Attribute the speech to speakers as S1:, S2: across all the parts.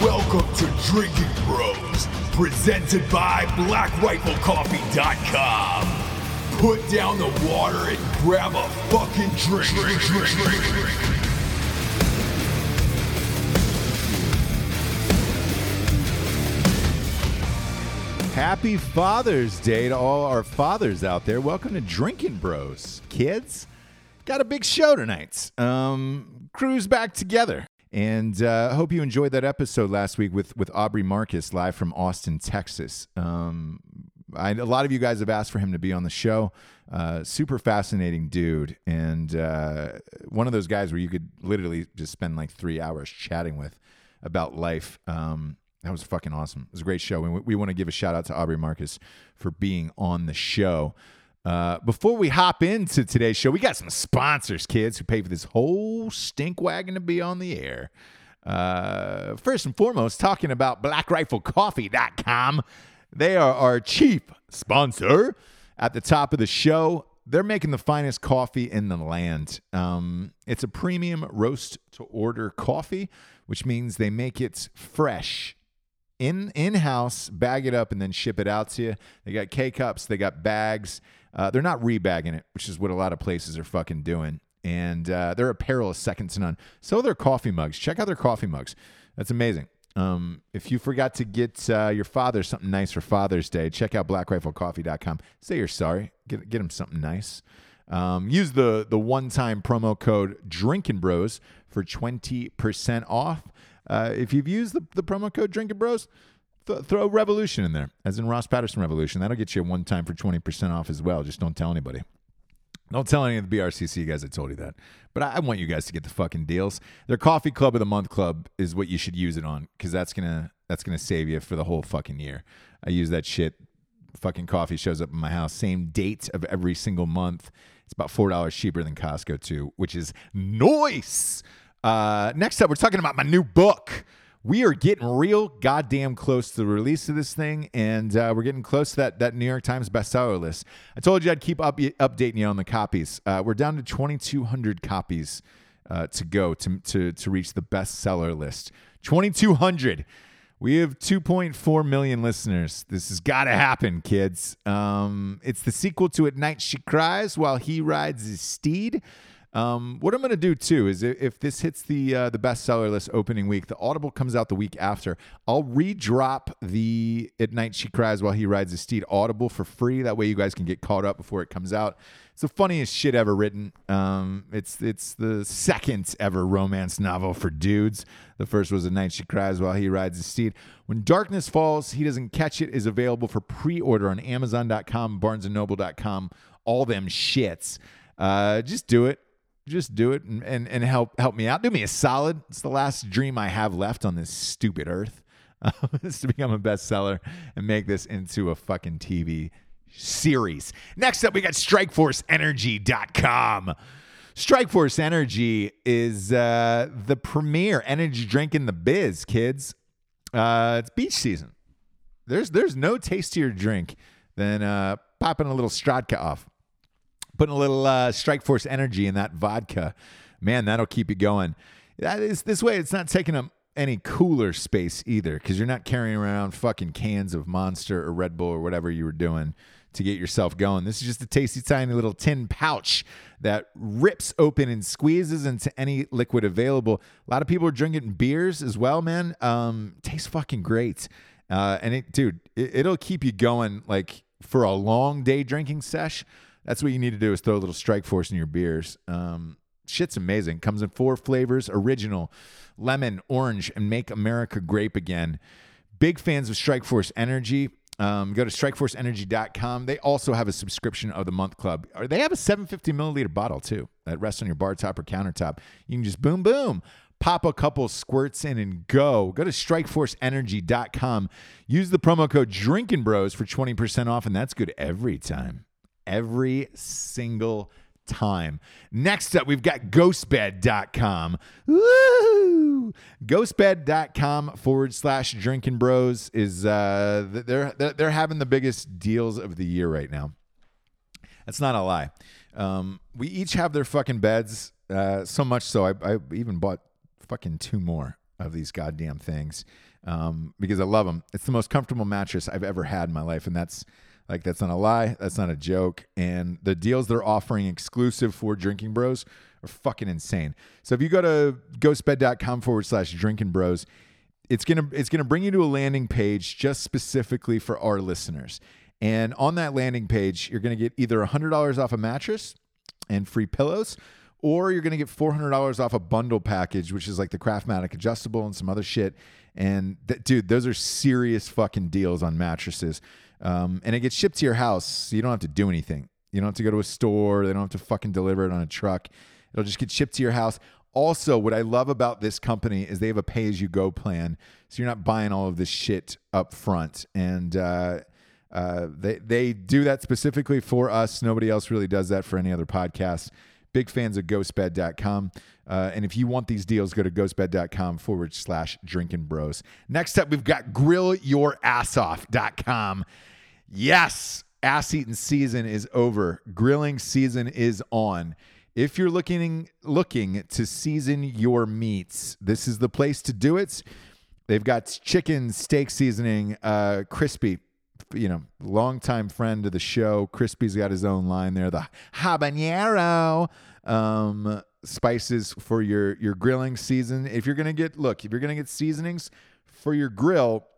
S1: Welcome to Drinking Bros, presented by BlackRifleCoffee.com. Put down the water and grab a fucking drink. drink, drink, drink, drink.
S2: Happy Father's Day to all our fathers out there. Welcome to Drinking Bros, kids. Got a big show tonight. Um, crews back together. And uh, I hope you enjoyed that episode last week with, with Aubrey Marcus live from Austin, Texas. Um, I, a lot of you guys have asked for him to be on the show. Uh, super fascinating dude. And uh, one of those guys where you could literally just spend like three hours chatting with about life. Um, that was fucking awesome. It was a great show. And we, we want to give a shout out to Aubrey Marcus for being on the show. Uh, before we hop into today's show, we got some sponsors, kids, who pay for this whole stink wagon to be on the air. Uh, first and foremost, talking about blackriflecoffee.com. They are our chief sponsor at the top of the show. They're making the finest coffee in the land. Um, it's a premium roast to order coffee, which means they make it fresh in in house, bag it up, and then ship it out to you. They got K cups, they got bags. Uh, they're not rebagging it, which is what a lot of places are fucking doing. And uh, their apparel is second to none. So are their coffee mugs. Check out their coffee mugs. That's amazing. Um, if you forgot to get uh, your father something nice for Father's Day, check out blackriflecoffee.com. Say you're sorry. Get get him something nice. Um, use the the one time promo code Drinking Bros for twenty percent off. Uh, if you've used the, the promo code Drinking Bros, th- throw Revolution in there, as in Ross Patterson Revolution. That'll get you one time for twenty percent off as well. Just don't tell anybody. Don't tell any of the BRCC guys I told you that. But I, I want you guys to get the fucking deals. Their Coffee Club of the Month Club is what you should use it on because that's gonna that's gonna save you for the whole fucking year. I use that shit. Fucking coffee shows up in my house same date of every single month. It's about four dollars cheaper than Costco too, which is nice. Uh, next up, we're talking about my new book. We are getting real goddamn close to the release of this thing, and uh, we're getting close to that, that New York Times bestseller list. I told you I'd keep up, updating you on the copies. Uh, we're down to 2,200 copies uh, to go to, to, to reach the bestseller list. 2,200. We have 2.4 million listeners. This has got to happen, kids. Um, it's the sequel to At Night She Cries While He Rides His Steed. Um, what I'm going to do too is if, if this hits the uh, the bestseller list opening week, the Audible comes out the week after. I'll redrop the "At Night She Cries While He Rides His Steed" Audible for free. That way, you guys can get caught up before it comes out. It's the funniest shit ever written. Um, it's it's the second ever romance novel for dudes. The first was "A Night She Cries While He Rides His Steed." When darkness falls, he doesn't catch it. Is available for pre-order on Amazon.com, BarnesandNoble.com, all them shits. Uh, just do it just do it and, and, and, help help me out. Do me a solid. It's the last dream I have left on this stupid earth. Uh, is to become a bestseller and make this into a fucking TV series. Next up, we got StrikeForceEnergy.com. Strikeforce Energy is uh, the premier energy drink in the biz, kids. Uh, it's beach season. There's there's no tastier drink than uh, popping a little Strodka off putting a little uh, strike force energy in that vodka man that'll keep you going that is this way it's not taking up any cooler space either because you're not carrying around fucking cans of monster or red bull or whatever you were doing to get yourself going this is just a tasty tiny little tin pouch that rips open and squeezes into any liquid available a lot of people are drinking beers as well man um tastes fucking great uh and it dude it, it'll keep you going like for a long day drinking sesh that's what you need to do is throw a little strike force in your beers um, shit's amazing comes in four flavors original lemon orange and make america grape again big fans of strike force energy um, go to strikeforceenergy.com they also have a subscription of the month club or they have a 750 milliliter bottle too that rests on your bar top or countertop you can just boom boom pop a couple squirts in and go. Go to strikeforceenergy.com. Use the promo code Drinking Bros for 20% off, and that's good every time every single time. Next up, we've got ghostbed.com. Woo! Ghostbed.com forward slash drinking bros is uh they're they're having the biggest deals of the year right now. That's not a lie. Um, we each have their fucking beds, uh, so much so I, I even bought fucking two more of these goddamn things. um, because I love them. It's the most comfortable mattress I've ever had in my life, and that's like that's not a lie, that's not a joke. And the deals they're offering exclusive for Drinking Bros are fucking insane. So if you go to ghostbed.com forward slash Drinking Bros, it's gonna it's gonna bring you to a landing page just specifically for our listeners. And on that landing page, you're gonna get either hundred dollars off a mattress and free pillows. Or you're going to get $400 off a bundle package, which is like the Craftmatic adjustable and some other shit. And th- dude, those are serious fucking deals on mattresses. Um, and it gets shipped to your house, so you don't have to do anything. You don't have to go to a store. They don't have to fucking deliver it on a truck. It'll just get shipped to your house. Also, what I love about this company is they have a pay as you go plan. So you're not buying all of this shit up front. And, uh, uh, they they do that specifically for us. Nobody else really does that for any other podcast. Big fans of ghostbed.com. Uh, and if you want these deals, go to ghostbed.com forward slash drinking bros. Next up, we've got grillyourassoff.com. Yes, ass eating season is over. Grilling season is on. If you're looking looking to season your meats, this is the place to do it. They've got chicken steak seasoning, uh, crispy, you know, longtime friend of the show. Crispy's got his own line there, the habanero um, spices for your your grilling season. If you're gonna get look, if you're gonna get seasonings for your grill,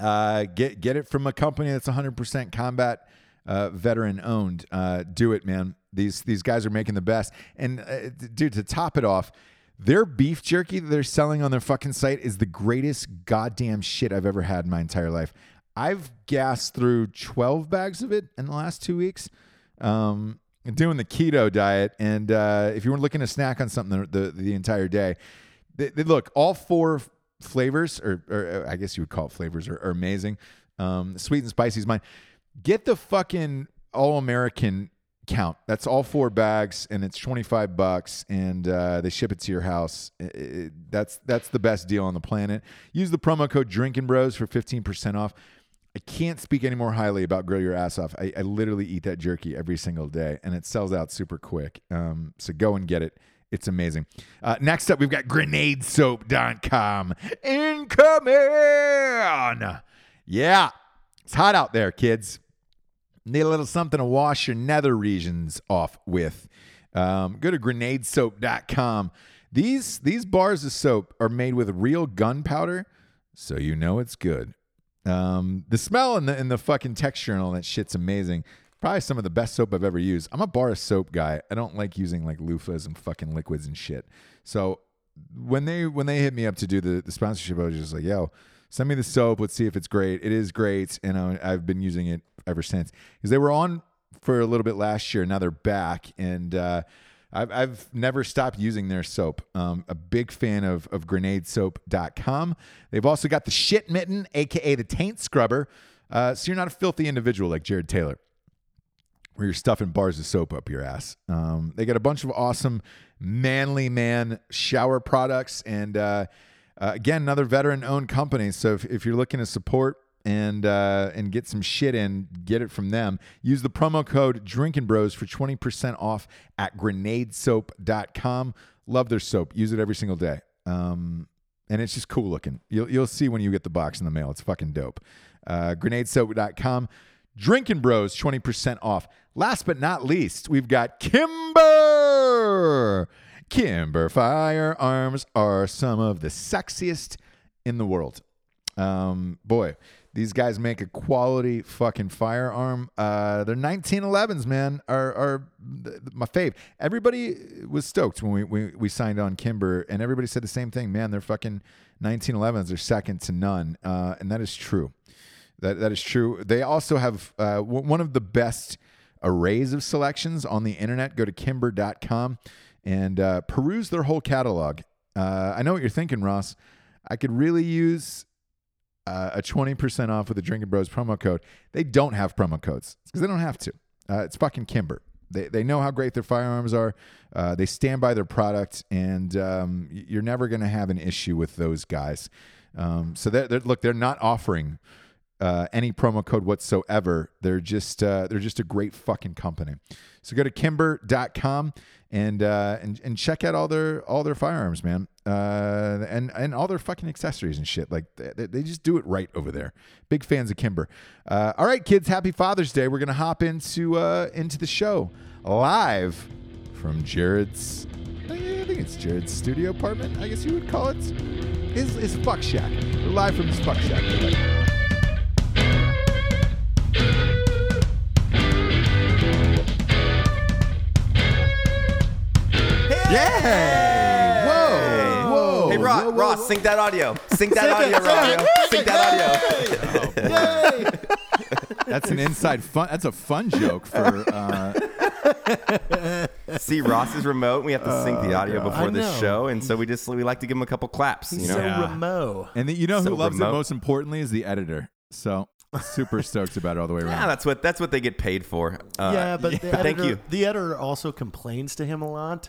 S2: uh, get get it from a company that's 100% combat uh, veteran owned. Uh, do it, man. These these guys are making the best. And uh, dude, to top it off. Their beef jerky that they're selling on their fucking site is the greatest goddamn shit I've ever had in my entire life. I've gassed through 12 bags of it in the last two weeks. Um, doing the keto diet, and uh, if you were looking to snack on something the the, the entire day, they, they- look all four f- flavors, or, or uh, I guess you would call it flavors, are, are amazing. Um, sweet and spicy is mine. Get the fucking all American count. That's all four bags, and it's 25 bucks, and uh, they ship it to your house. I- I- that's that's the best deal on the planet. Use the promo code Drinking Bros for 15% off. I can't speak any more highly about Grill Your Ass Off. I, I literally eat that jerky every single day, and it sells out super quick. Um, so go and get it. It's amazing. Uh, next up, we've got grenadesoap.com. Incoming! Yeah, it's hot out there, kids need a little something to wash your nether regions off with. Um, go to grenadesoap.com. These these bars of soap are made with real gunpowder, so you know it's good. Um, the smell and the and the fucking texture and all that shit's amazing. Probably some of the best soap I've ever used. I'm a bar of soap guy. I don't like using like loofahs and fucking liquids and shit. So when they when they hit me up to do the, the sponsorship, I was just like, yo, send me the soap. Let's see if it's great. It is great, and I, I've been using it ever since because they were on for a little bit last year. Now they're back, and uh, I've I've never stopped using their soap. Um, a big fan of of GrenadeSoap.com. They've also got the shit mitten, aka the taint scrubber. Uh, so you're not a filthy individual like Jared Taylor where you're stuffing bars of soap up your ass. Um, they got a bunch of awesome manly man shower products, and uh, uh, again, another veteran-owned company. So if, if you're looking to support and uh, and get some shit in, get it from them. Use the promo code Drinking Bros for twenty percent off at GrenadeSoap.com. Love their soap. Use it every single day. Um, and it's just cool looking. You'll, you'll see when you get the box in the mail. It's fucking dope. Uh, grenadesoap.com. Drinking Bros, 20% off. Last but not least, we've got Kimber. Kimber firearms are some of the sexiest in the world. Um, boy, these guys make a quality fucking firearm. Uh, their 1911s, man, are are th- th- my fave. Everybody was stoked when we, we we signed on Kimber, and everybody said the same thing. Man, their fucking 1911s are second to none, uh, and that is true. That that is true. They also have uh, w- one of the best arrays of selections on the internet. Go to kimber.com and uh, peruse their whole catalog. Uh, I know what you're thinking, Ross. I could really use uh, a 20% off with the Drinking Bros promo code. They don't have promo codes because they don't have to. Uh, it's fucking Kimber. They, they know how great their firearms are. Uh, they stand by their product, and um, y- you're never going to have an issue with those guys. Um, so, they're, they're, look, they're not offering uh, any promo code whatsoever. They're just uh, they're just a great fucking company. So go to kimber.com and uh, and and check out all their all their firearms, man, uh, and and all their fucking accessories and shit. Like they, they just do it right over there. Big fans of Kimber. Uh, all right, kids, happy Father's Day. We're gonna hop into uh, into the show live from Jared's. I think it's Jared's studio apartment. I guess you would call it. His, his fuck shack. We're live from his fuck shack. Yeah! Whoa! Whoa!
S3: Hey, Ross,
S2: whoa, whoa,
S3: Ross,
S2: whoa.
S3: sync that audio. Sync that audio, Ross. Sync that audio.
S2: That's an inside fun. That's a fun joke for. Uh,
S3: See, Ross is remote. We have to sync the audio before
S4: Oh, I
S3: this
S4: know.
S3: show, and so we just we like to give him a couple claps. You
S4: He's
S3: know,
S4: so
S2: Yeah.
S4: remote.
S2: and the, you know who
S3: So
S2: loves it
S3: remote.
S2: most importantly is the editor. So super stoked about it all the way around.
S3: yeah, that's what that's what they get paid for. Uh,
S4: yeah, but the editor,
S3: thank you.
S4: The editor also complains to him a lot.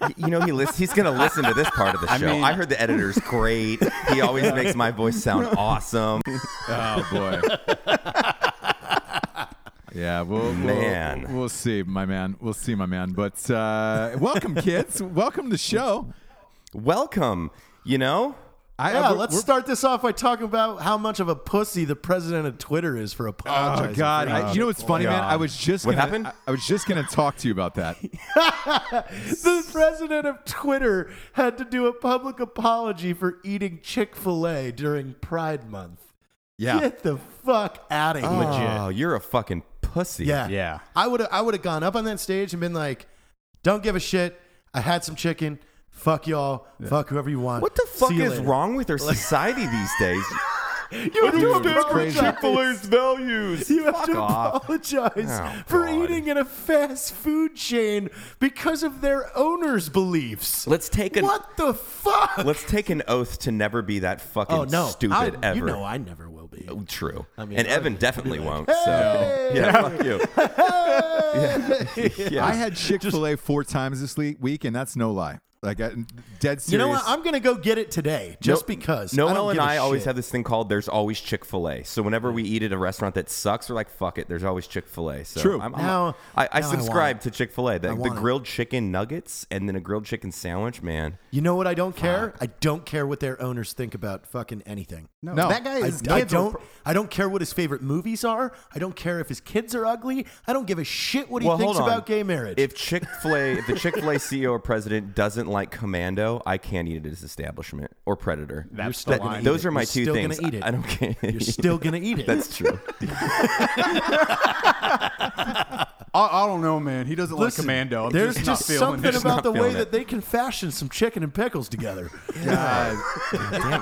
S3: y- You know, he lis- he's going to listen to this part of the show. I,
S5: mean-
S3: heard the editor's great. He always makes my voice sound awesome.
S2: Oh boy. yeah, we'll,
S3: Man.
S2: we'll we'll see, my man. We'll see, my man. But uh, welcome, kids. Welcome to the show.
S3: Welcome. You know,
S2: I,
S4: Yeah,
S2: Uh, we're-
S4: let's
S2: we're-
S4: start this off by talking about how much of a pussy the president of Twitter is for apologizing.
S2: Oh God! I, you know what's funny, man? I was just
S3: What
S2: gonna,
S3: happened?
S2: I, I was just gonna talk to you about that.
S4: The president of Twitter had to do a public apology for eating Chick fil A during Pride Month.
S2: Yeah,
S4: Get the fuck out of here.
S3: oh, you're a fucking pussy.
S4: Yeah.
S5: Yeah.
S4: I would I would have gone up on that stage and been like, "Don't give a shit. I had some chicken. Fuck y'all. Fuck whoever you want."
S3: What the fuck
S4: See you
S3: is
S4: later."
S3: wrong with our society these days?
S4: You have to
S2: Dude, it's
S4: apologize.
S2: crazy.
S3: Chick-fil-A's values.
S4: You have
S3: Fuck
S4: to
S3: off.
S4: apologize
S3: Oh,
S4: for
S3: God.
S4: eating in a fast food chain because of their owner's beliefs.
S3: Let's take an
S4: what the fuck?
S3: Let's take an oath to never be that fucking
S4: oh no,
S3: stupid
S4: I,
S3: ever.
S4: You know I never will be.
S3: True.
S4: I mean,
S3: and
S4: I
S3: Evan
S4: would
S3: definitely won't. So yeah, fuck you. Yeah.
S2: I had Chick Fil A four times this le- week, and that's no lie. Like, I, dead serious.
S4: You know what? I'm gonna go get it today, just
S3: No-
S4: because. I
S3: Noel
S4: don't
S3: and
S4: give a
S3: I always
S4: shit.
S3: have this thing called "There's always Chick Fil A." So whenever we eat at a restaurant that sucks, we're like, "Fuck it." There's always Chick Fil A. So
S2: True.
S3: I'm, I'm,
S4: Now-
S3: I, I
S4: now I want
S3: subscribe
S4: it.
S3: to Chick Fil A. The,
S4: I
S3: the
S4: want it.
S3: grilled chicken nuggets and then a grilled chicken sandwich. Man,
S4: You know what I don't care? I don't care what their owners think about fucking anything.
S2: No.
S5: that guy
S4: I,
S5: is.
S4: I
S5: kids are
S4: don't. I don't care what his favorite movies are. I don't care if his kids are ugly. I don't give a shit what he
S3: well,
S4: thinks
S3: hold on.
S4: about gay marriage.
S3: If Chick Fil A, if the Chick Fil A CEO or president doesn't like Commando, I can't eat at his establishment or Predator.
S4: you're
S5: That's
S4: still
S5: the
S4: gonna
S5: line.
S4: eat
S3: Those
S4: it.
S3: are my
S4: You're
S3: two
S4: still
S3: things.
S4: Gonna eat it.
S3: I, I don't care.
S4: You're still gonna eat it.
S3: That's true.
S5: I, I don't know, man. He doesn't
S4: Listen,
S5: like Commando. I'm
S4: there's
S5: just,
S4: just,
S5: not feeling
S4: something
S5: it.
S4: about the way
S3: feeling
S4: that
S3: it.
S4: they can fashion some chicken and pickles together
S3: Damn,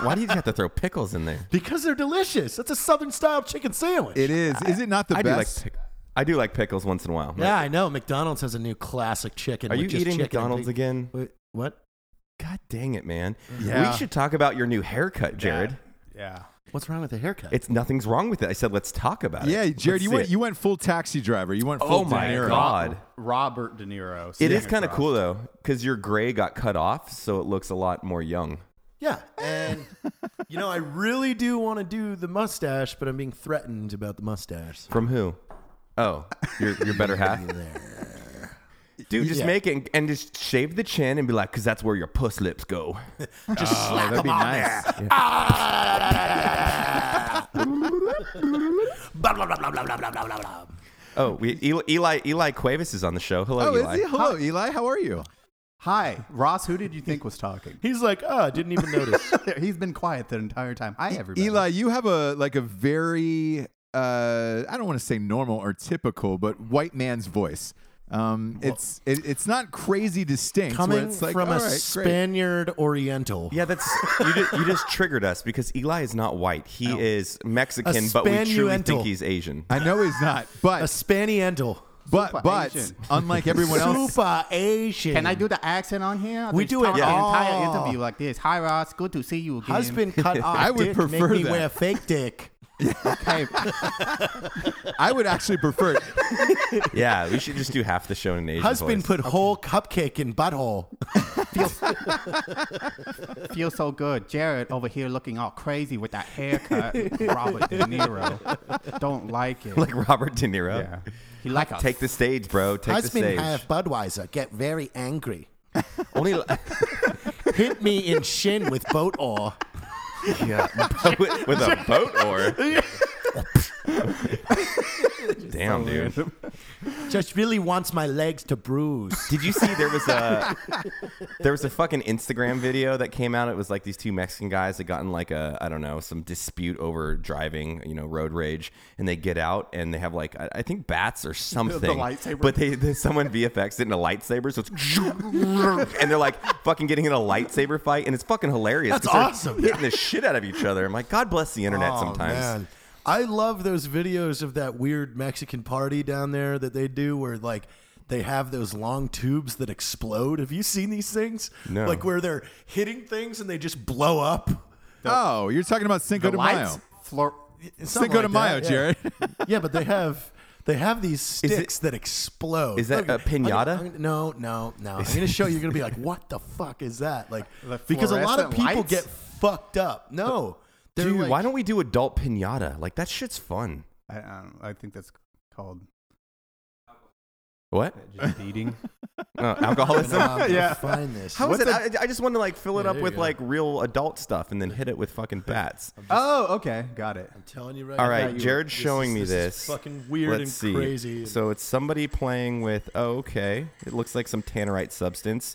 S3: why do you have to throw pickles in there?
S4: because they're delicious. That's a southern style chicken sandwich.
S2: It is. Is it not the
S3: I do like
S2: best?
S3: pick- I do like pickles once in a while.
S4: yeah, I know. McDonald's has a new classic chicken.
S3: Are
S4: with
S3: you
S4: just
S3: eating
S4: chicken and
S3: McDonald's
S4: pig-
S3: again?
S4: Wait, What?
S3: God dang it, man.
S2: Yeah.
S3: We should talk about your new haircut, Jared.
S5: Yeah.
S4: What's wrong with the haircut?
S3: It's nothing's wrong with it. I said let's talk about it.
S2: yeah, Jared,
S3: Let's
S2: you
S3: see
S2: went.
S3: it.
S2: You went full taxi driver. You went full.
S3: Oh my
S2: De Niro.
S3: God.
S5: Robert De Niro.
S3: It
S5: Santa
S3: is kind of
S5: Claus.
S3: cool though, because your gray got cut off, so it looks a lot more young.
S4: Yeah, and you know, I really do want to do the mustache, but I'm being threatened about the mustache.
S3: From who? Oh, your your better half. Dude, just
S4: Yeah.
S3: make it and, and just shave the chin and be like, because that's where your puss lips go.
S4: Just slap
S2: That'd be
S4: them on
S2: nice.
S4: there. Blah, blah, blah, blah, blah, blah, blah, blah, blah.
S3: Oh, we Eli Eli, Eli Cuevas is on the show. Hello,
S2: Oh,
S3: Eli.
S2: is he? Hello, Eli. How are you?
S5: Hi, Ross. Who did you think was talking?
S4: He's like, oh, I didn't even notice.
S5: He's been quiet the entire time.
S4: E-,
S5: Hi, everybody.
S2: E-, Eli, you have a like a very uh, I don't want to say normal or typical, but white man's voice. Um, it's it, it's not crazy distinct. where
S4: Coming
S2: it's like,
S4: from
S2: all
S4: a
S2: right, great.
S4: Spaniard Oriental.
S3: Yeah, that's you. Just, you just triggered us because Eli is not white. He is Mexican,
S4: A
S3: but we truly
S4: Spanuental.
S3: think he's Asian.
S2: I know he's not,
S4: A
S2: but
S4: Spaniental.
S2: but
S5: Super
S2: but
S5: Asian.
S2: unlike everyone else,
S4: Super Asian.
S5: Can I do the accent on here?
S4: We
S5: They
S4: do
S5: talk
S4: it
S5: the
S4: all.
S5: entire interview like this. Hi, Ross. Good to see you again.
S4: Husband cut off.
S2: I would
S4: dick,
S2: prefer
S4: make me
S2: that.
S4: wear fake dick.
S5: Hey,
S2: I would actually prefer. It.
S3: yeah, we should just do half the show in an Asian
S4: Husband
S3: voice.
S4: put whole cupcake in butthole.
S5: Feels, feels so good. Jared over here looking all crazy with that haircut. Robert De Niro. Don't like it.
S3: like Robert De Niro.
S5: yeah. He like a
S3: Take the stage, bro. Take the
S4: Husband
S3: stage.
S4: have Budweiser get very angry.
S3: Only li-
S4: Hit me in shin with boat oar.
S3: yeah, with, with a boat or. Damn, dude.
S4: Just really wants my legs to bruise.
S3: Did you see there was a there was a fucking Instagram video that came out? It was like these two Mexican guys had gotten like a I don't know some dispute over driving, you know, road rage, and they get out and they have like I, I think bats or something.
S5: lightsaber.
S3: But they, they someone VFX it in a lightsaber, so it's and they're like fucking getting in a lightsaber fight, and it's fucking hilarious.
S4: That's
S3: 'cause they're
S4: awesome.
S3: Hitting the shit out of each other. I'm like, God bless the internet.
S4: Oh,
S3: sometimes.
S4: man. I love those videos of that weird Mexican party down there that they do where like they have those long tubes that explode. Have you seen these things?
S3: No.
S4: Like where they're hitting things and they just blow up.
S2: oh, you're talking about Cinco de
S5: lights.
S2: Mayo.
S5: Floor.
S4: Something
S2: Cinco de Mayo,
S4: that, yeah.
S2: Jared.
S4: yeah, but they have they have these
S3: it-
S4: sticks that explode.
S3: is that a
S4: I'm gonna-
S3: piñata?
S4: I'm gonna- no, no, no. I'm gonna show you. You're gonna be like, what the fuck is that? Like,
S5: The
S4: because a lot of
S5: fluorescent
S4: people
S5: lights?
S4: get fucked up. No, they're
S3: Dude,
S4: like-
S3: why don't we do adult pinata? Like that shit's fun.
S5: I, um, I think that's called
S3: What?
S5: just eating.
S3: Oh, alcoholism.
S4: No, I'm gonna
S5: Yeah.
S4: find this.
S3: How is
S5: What's
S3: it? I, I just want to like fill it
S4: Yeah,
S3: up
S4: there you
S3: with
S4: go.
S3: like real adult stuff and then hit it with fucking bats.
S5: oh, okay, got it.
S4: I'm telling you right.
S3: All
S4: now,
S3: right,
S4: you-
S3: Jared's
S4: this
S3: showing
S4: is-
S3: me
S4: this
S3: this.
S4: is fucking weird
S3: Let's
S4: and
S3: see.
S4: crazy.
S3: So it's somebody playing with. Oh, okay. It looks like some tannerite substance.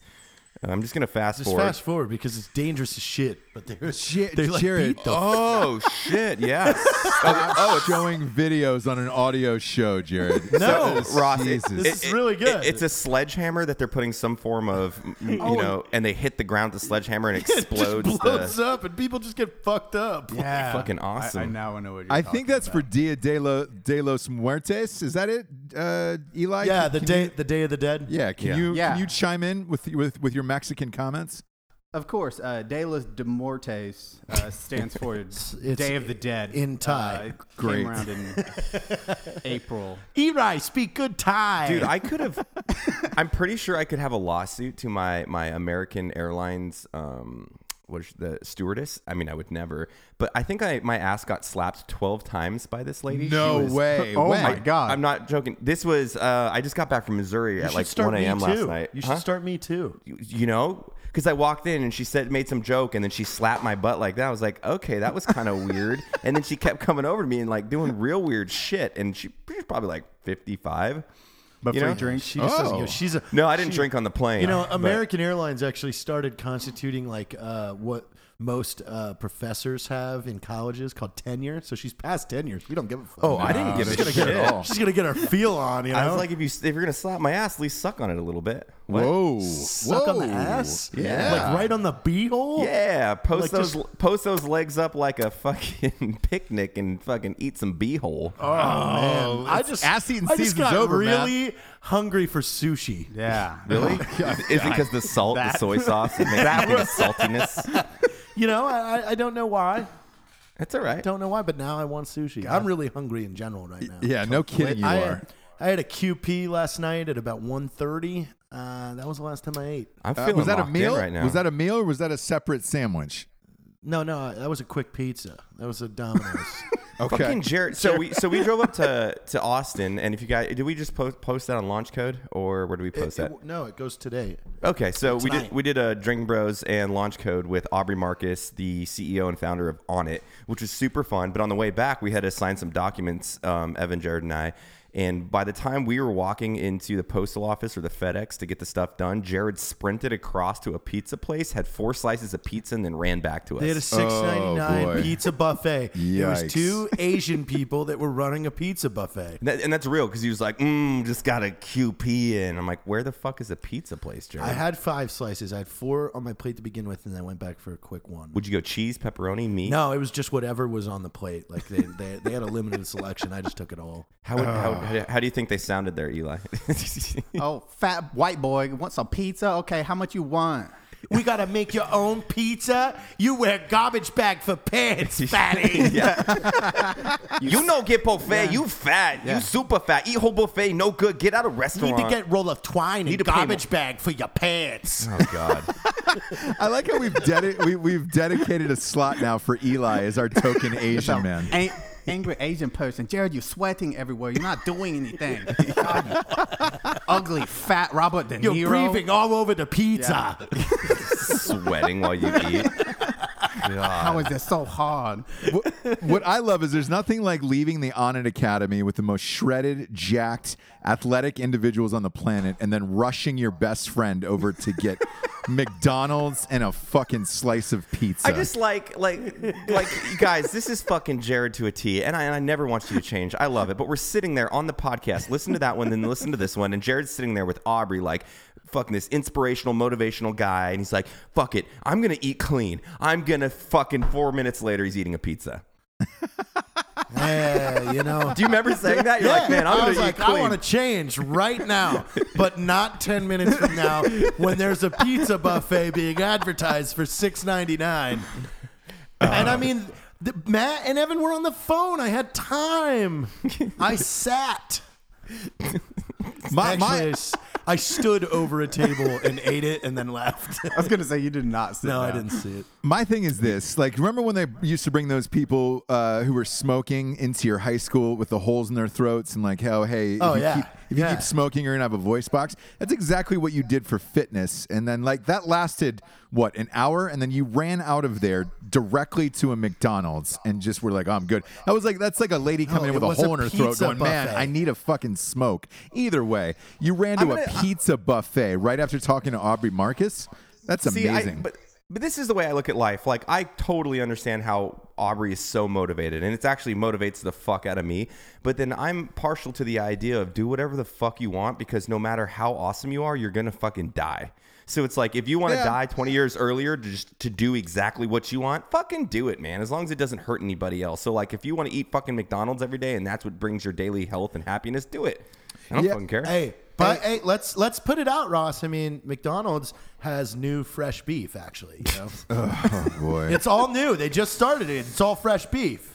S3: Uh, I'm just gonna fast
S4: just
S3: forward.
S4: fast forward because it's dangerous as shit. But they're
S2: Shit,
S4: They like
S2: Jared.
S4: beat the
S3: oh shit! Yeah. oh, oh, it's-
S2: Showing videos on an audio show, Jared.
S4: No,
S2: Jesus.
S3: Ross, it-
S2: Jesus.
S4: This is really
S3: it-
S4: good. Oh,
S3: it's a sledgehammer that they're putting some form of, m- you know, and they hit the ground with the sledgehammer and
S4: it just
S3: explodes.
S4: blows
S3: the,
S4: up and people just get fucked up.
S5: Yeah,
S3: Fucking
S5: I- I,
S3: awesome.
S5: now know what you're.
S2: I think that's for Dia de, lo, de los Muertes. Is that it, uh, Eli?
S4: Yeah,
S2: Can-
S4: the
S2: can
S4: day
S2: you-
S4: the day of the dead.
S2: yeah, can
S3: Yeah.
S2: you
S5: Yeah.
S2: can you chime in with with with your Mexican comments?
S5: Of course, uh, De los de Mortes uh, stands for
S4: it's
S5: Day of the Dead
S4: in Thai.
S5: Uh, it
S2: Great.
S5: Came around in April.
S4: Eri, speak good Thai.
S3: Dude, I could have. I'm pretty sure I could have a lawsuit to my my American Airlines. Um, what is the stewardess? I mean, I would never. But I think I my ass got slapped twelve times by this lady.
S2: No
S3: She was-
S2: way.
S5: Oh
S2: When?
S5: my god!
S3: I'm not joking. This was. Uh, I just got back from Missouri
S4: you
S3: at
S4: should
S3: like
S4: start
S3: one
S4: me
S3: a.m.
S4: too.
S3: last night.
S4: You should
S3: Huh?
S4: start me too.
S3: You- You know, because I walked in and she said made some joke and then she slapped my butt like that. I was like, okay, that was kind of weird. And then she kept coming over to me and like doing real weird shit. And she, she's probably like 55.
S5: but
S3: you
S5: free
S3: know?
S5: drink.
S4: She just doesn't
S2: Oh.
S4: give. She's a
S3: No, I didn't
S4: she-
S3: drink on the plane.
S4: You know,
S3: but-
S4: American Airlines actually started constituting like uh, what most uh, professors have in colleges called tenure. So she's past ten years. We don't give a fuck.
S3: Oh, I didn't give
S2: she's
S3: a
S2: gonna
S3: shit
S2: get
S3: at
S2: it.
S3: all.
S4: she's gonna get her feel on. You know,
S3: I was like, if you if you're gonna slap my ass, at least suck on it a little bit. What?
S2: Whoa.
S4: suck
S2: Whoa.
S4: on the ass.
S2: Yeah.
S4: like right on the beehole.
S3: Yeah, post
S4: Like,
S3: those
S4: just-
S3: post those legs up like a fucking picnic and fucking eat some beehole.
S4: Oh, I just
S2: ass eating
S4: I just
S2: season's
S4: got
S2: over, Matt.
S4: really hungry for sushi.
S5: Yeah,
S3: really? Is it because the salt, the
S5: That-
S3: soy sauce, it makes that the saltiness?
S4: You know, I, I- I don't know why.
S3: That's all right.
S4: Don't know why, but now I want sushi. I'm really hungry in general right now.
S2: Yeah, no kidding you
S4: I
S2: are.
S4: Had, I had a QP last night at about 1.30. Uh, that was the last time I ate.
S3: I'm
S2: Uh,
S3: feeling
S2: was that a
S3: locked in
S2: meal?
S3: right now.
S2: Was that a meal or was that a separate sandwich?
S4: No, no, that was a quick pizza. That was a Domino's.
S2: Okay.
S3: fucking Jared? So we so we drove up to to Austin, and if you guys did we just post post that on Launch Code or where do we post that?
S4: It- no, it goes today.
S3: Okay, so we
S4: Tonight.
S3: did we did a Drinking Bros and Launch Code with Aubrey Marcus, the CEO and founder of On It, which was super fun. But on the way back, we had to sign some documents, um, Evan, Jared, and I. And by the time we were walking into the postal office or the FedEx to get the stuff done, Jared sprinted across to a pizza place, had four slices of pizza, and then ran back to us.
S4: They had a six ninety nine
S2: Oh, boy.
S4: pizza buffet. There was
S2: Yikes.
S4: two Asian people that were running a pizza buffet.
S3: and, that- and that's real because he was like, mm, just got a QP in. I'm like, where the fuck is a pizza place, Jared?
S4: I had five slices. I had four on my plate to begin with, and I went back for a quick one.
S3: Would you go cheese, pepperoni, meat?
S4: No, it was just whatever was on the plate. Like they, they, they had a limited selection. I just took it all.
S3: How, would, how,
S4: Uh.
S3: how, how do you think they sounded there, Eli?
S5: Oh, fat white boy wants some pizza. Okay, how much you want?
S4: We gotta make your own pizza. You wear garbage bag for pants, fatty.
S3: You no get buffet. You fat. You super fat. Eat whole buffet. No good. Get out of
S4: Need
S3: restaurant.
S4: to get roll of twine
S3: Need
S4: and
S3: to pay
S4: garbage bag for your pants.
S3: Oh God.
S2: I like how we've dedi- we, we've dedicated a slot now for Eli as our token Asian man.
S5: An- angry Asian person. Jared, you're sweating everywhere. You're not doing anything. God, you ugly, fat Robert De
S4: You're
S5: Niro.
S4: breathing all over the pizza.
S3: sweating while you eat.
S5: How is that so hard?
S2: What, what I love is there's nothing like leaving the Onnit Academy with the most shredded, jacked, athletic individuals on the planet and then rushing your best friend over to get McDonald's and a fucking slice of pizza.
S3: I just like like like guys, this is fucking Jared to a T, and I, and I never want you to change. I love it, but we're sitting there on the podcast, listen to that one, then listen to this one, and Jared's sitting there with Aubrey, like fucking this inspirational, motivational guy, and he's like, "Fuck it, I'm gonna eat clean. I'm gonna fucking." Four minutes later, he's eating a pizza.
S4: Yeah, you know.
S3: Do you remember saying that? You're like, "Man, I'm
S4: I
S3: gonna
S4: was
S3: eat
S4: like,
S3: clean."
S4: I want to change right now, but not ten minutes from now when there's a pizza buffet being advertised for six ninety nine. and I mean, th- Matt and Evan were on the phone. I had time. I sat.
S2: my,
S4: Actually,
S2: my-
S4: I, s- I stood over a table and ate it and then left.
S5: I was gonna say you did not. Sit
S4: no, I
S5: down.
S4: didn't see it.
S2: My thing is this: like, remember when they used to bring those people uh, who were smoking into your high school with the holes in their throats and like, oh, hey, if
S4: Oh,
S2: you
S4: yeah.
S2: keep, if you
S4: Yeah.
S2: keep smoking, you're gonna have a voice box. That's exactly what you did for fitness, and then like that lasted what an hour, and then you ran out of there directly to a McDonald's and just were like, oh, I'm good. That was like that's like a lady coming in
S4: No, it
S2: with a
S4: was a
S2: hole in her throat,
S4: pizza
S2: going, man,
S4: buffet.
S2: I need a fucking smoke. Either way, you ran to
S3: I'm
S2: a
S4: uh
S3: gonna-
S2: pizza buffet right after talking to Aubrey Marcus. That's
S3: See, I,
S2: amazing.
S3: but but this is the way I look at life. Like I totally understand how Aubrey is so motivated, and it's actually motivates the fuck out of me. But then I'm partial to the idea of do whatever the fuck you want because no matter how awesome you are, you're gonna fucking die. So it's like if you want to
S2: Yeah.
S3: die 20 years earlier to just to do exactly what you want, fucking do it, man. As long as it doesn't hurt anybody else. So like if you want to eat fucking McDonald's every day and that's what brings your daily health and happiness, do it. I don't
S2: Yeah.
S3: fucking care.
S4: Hey, but hey, let's let's put it out, Ross. I mean, McDonald's has new fresh beef. Actually, you know?
S2: Oh, boy.
S4: it's all new. They just started it. It's all fresh beef.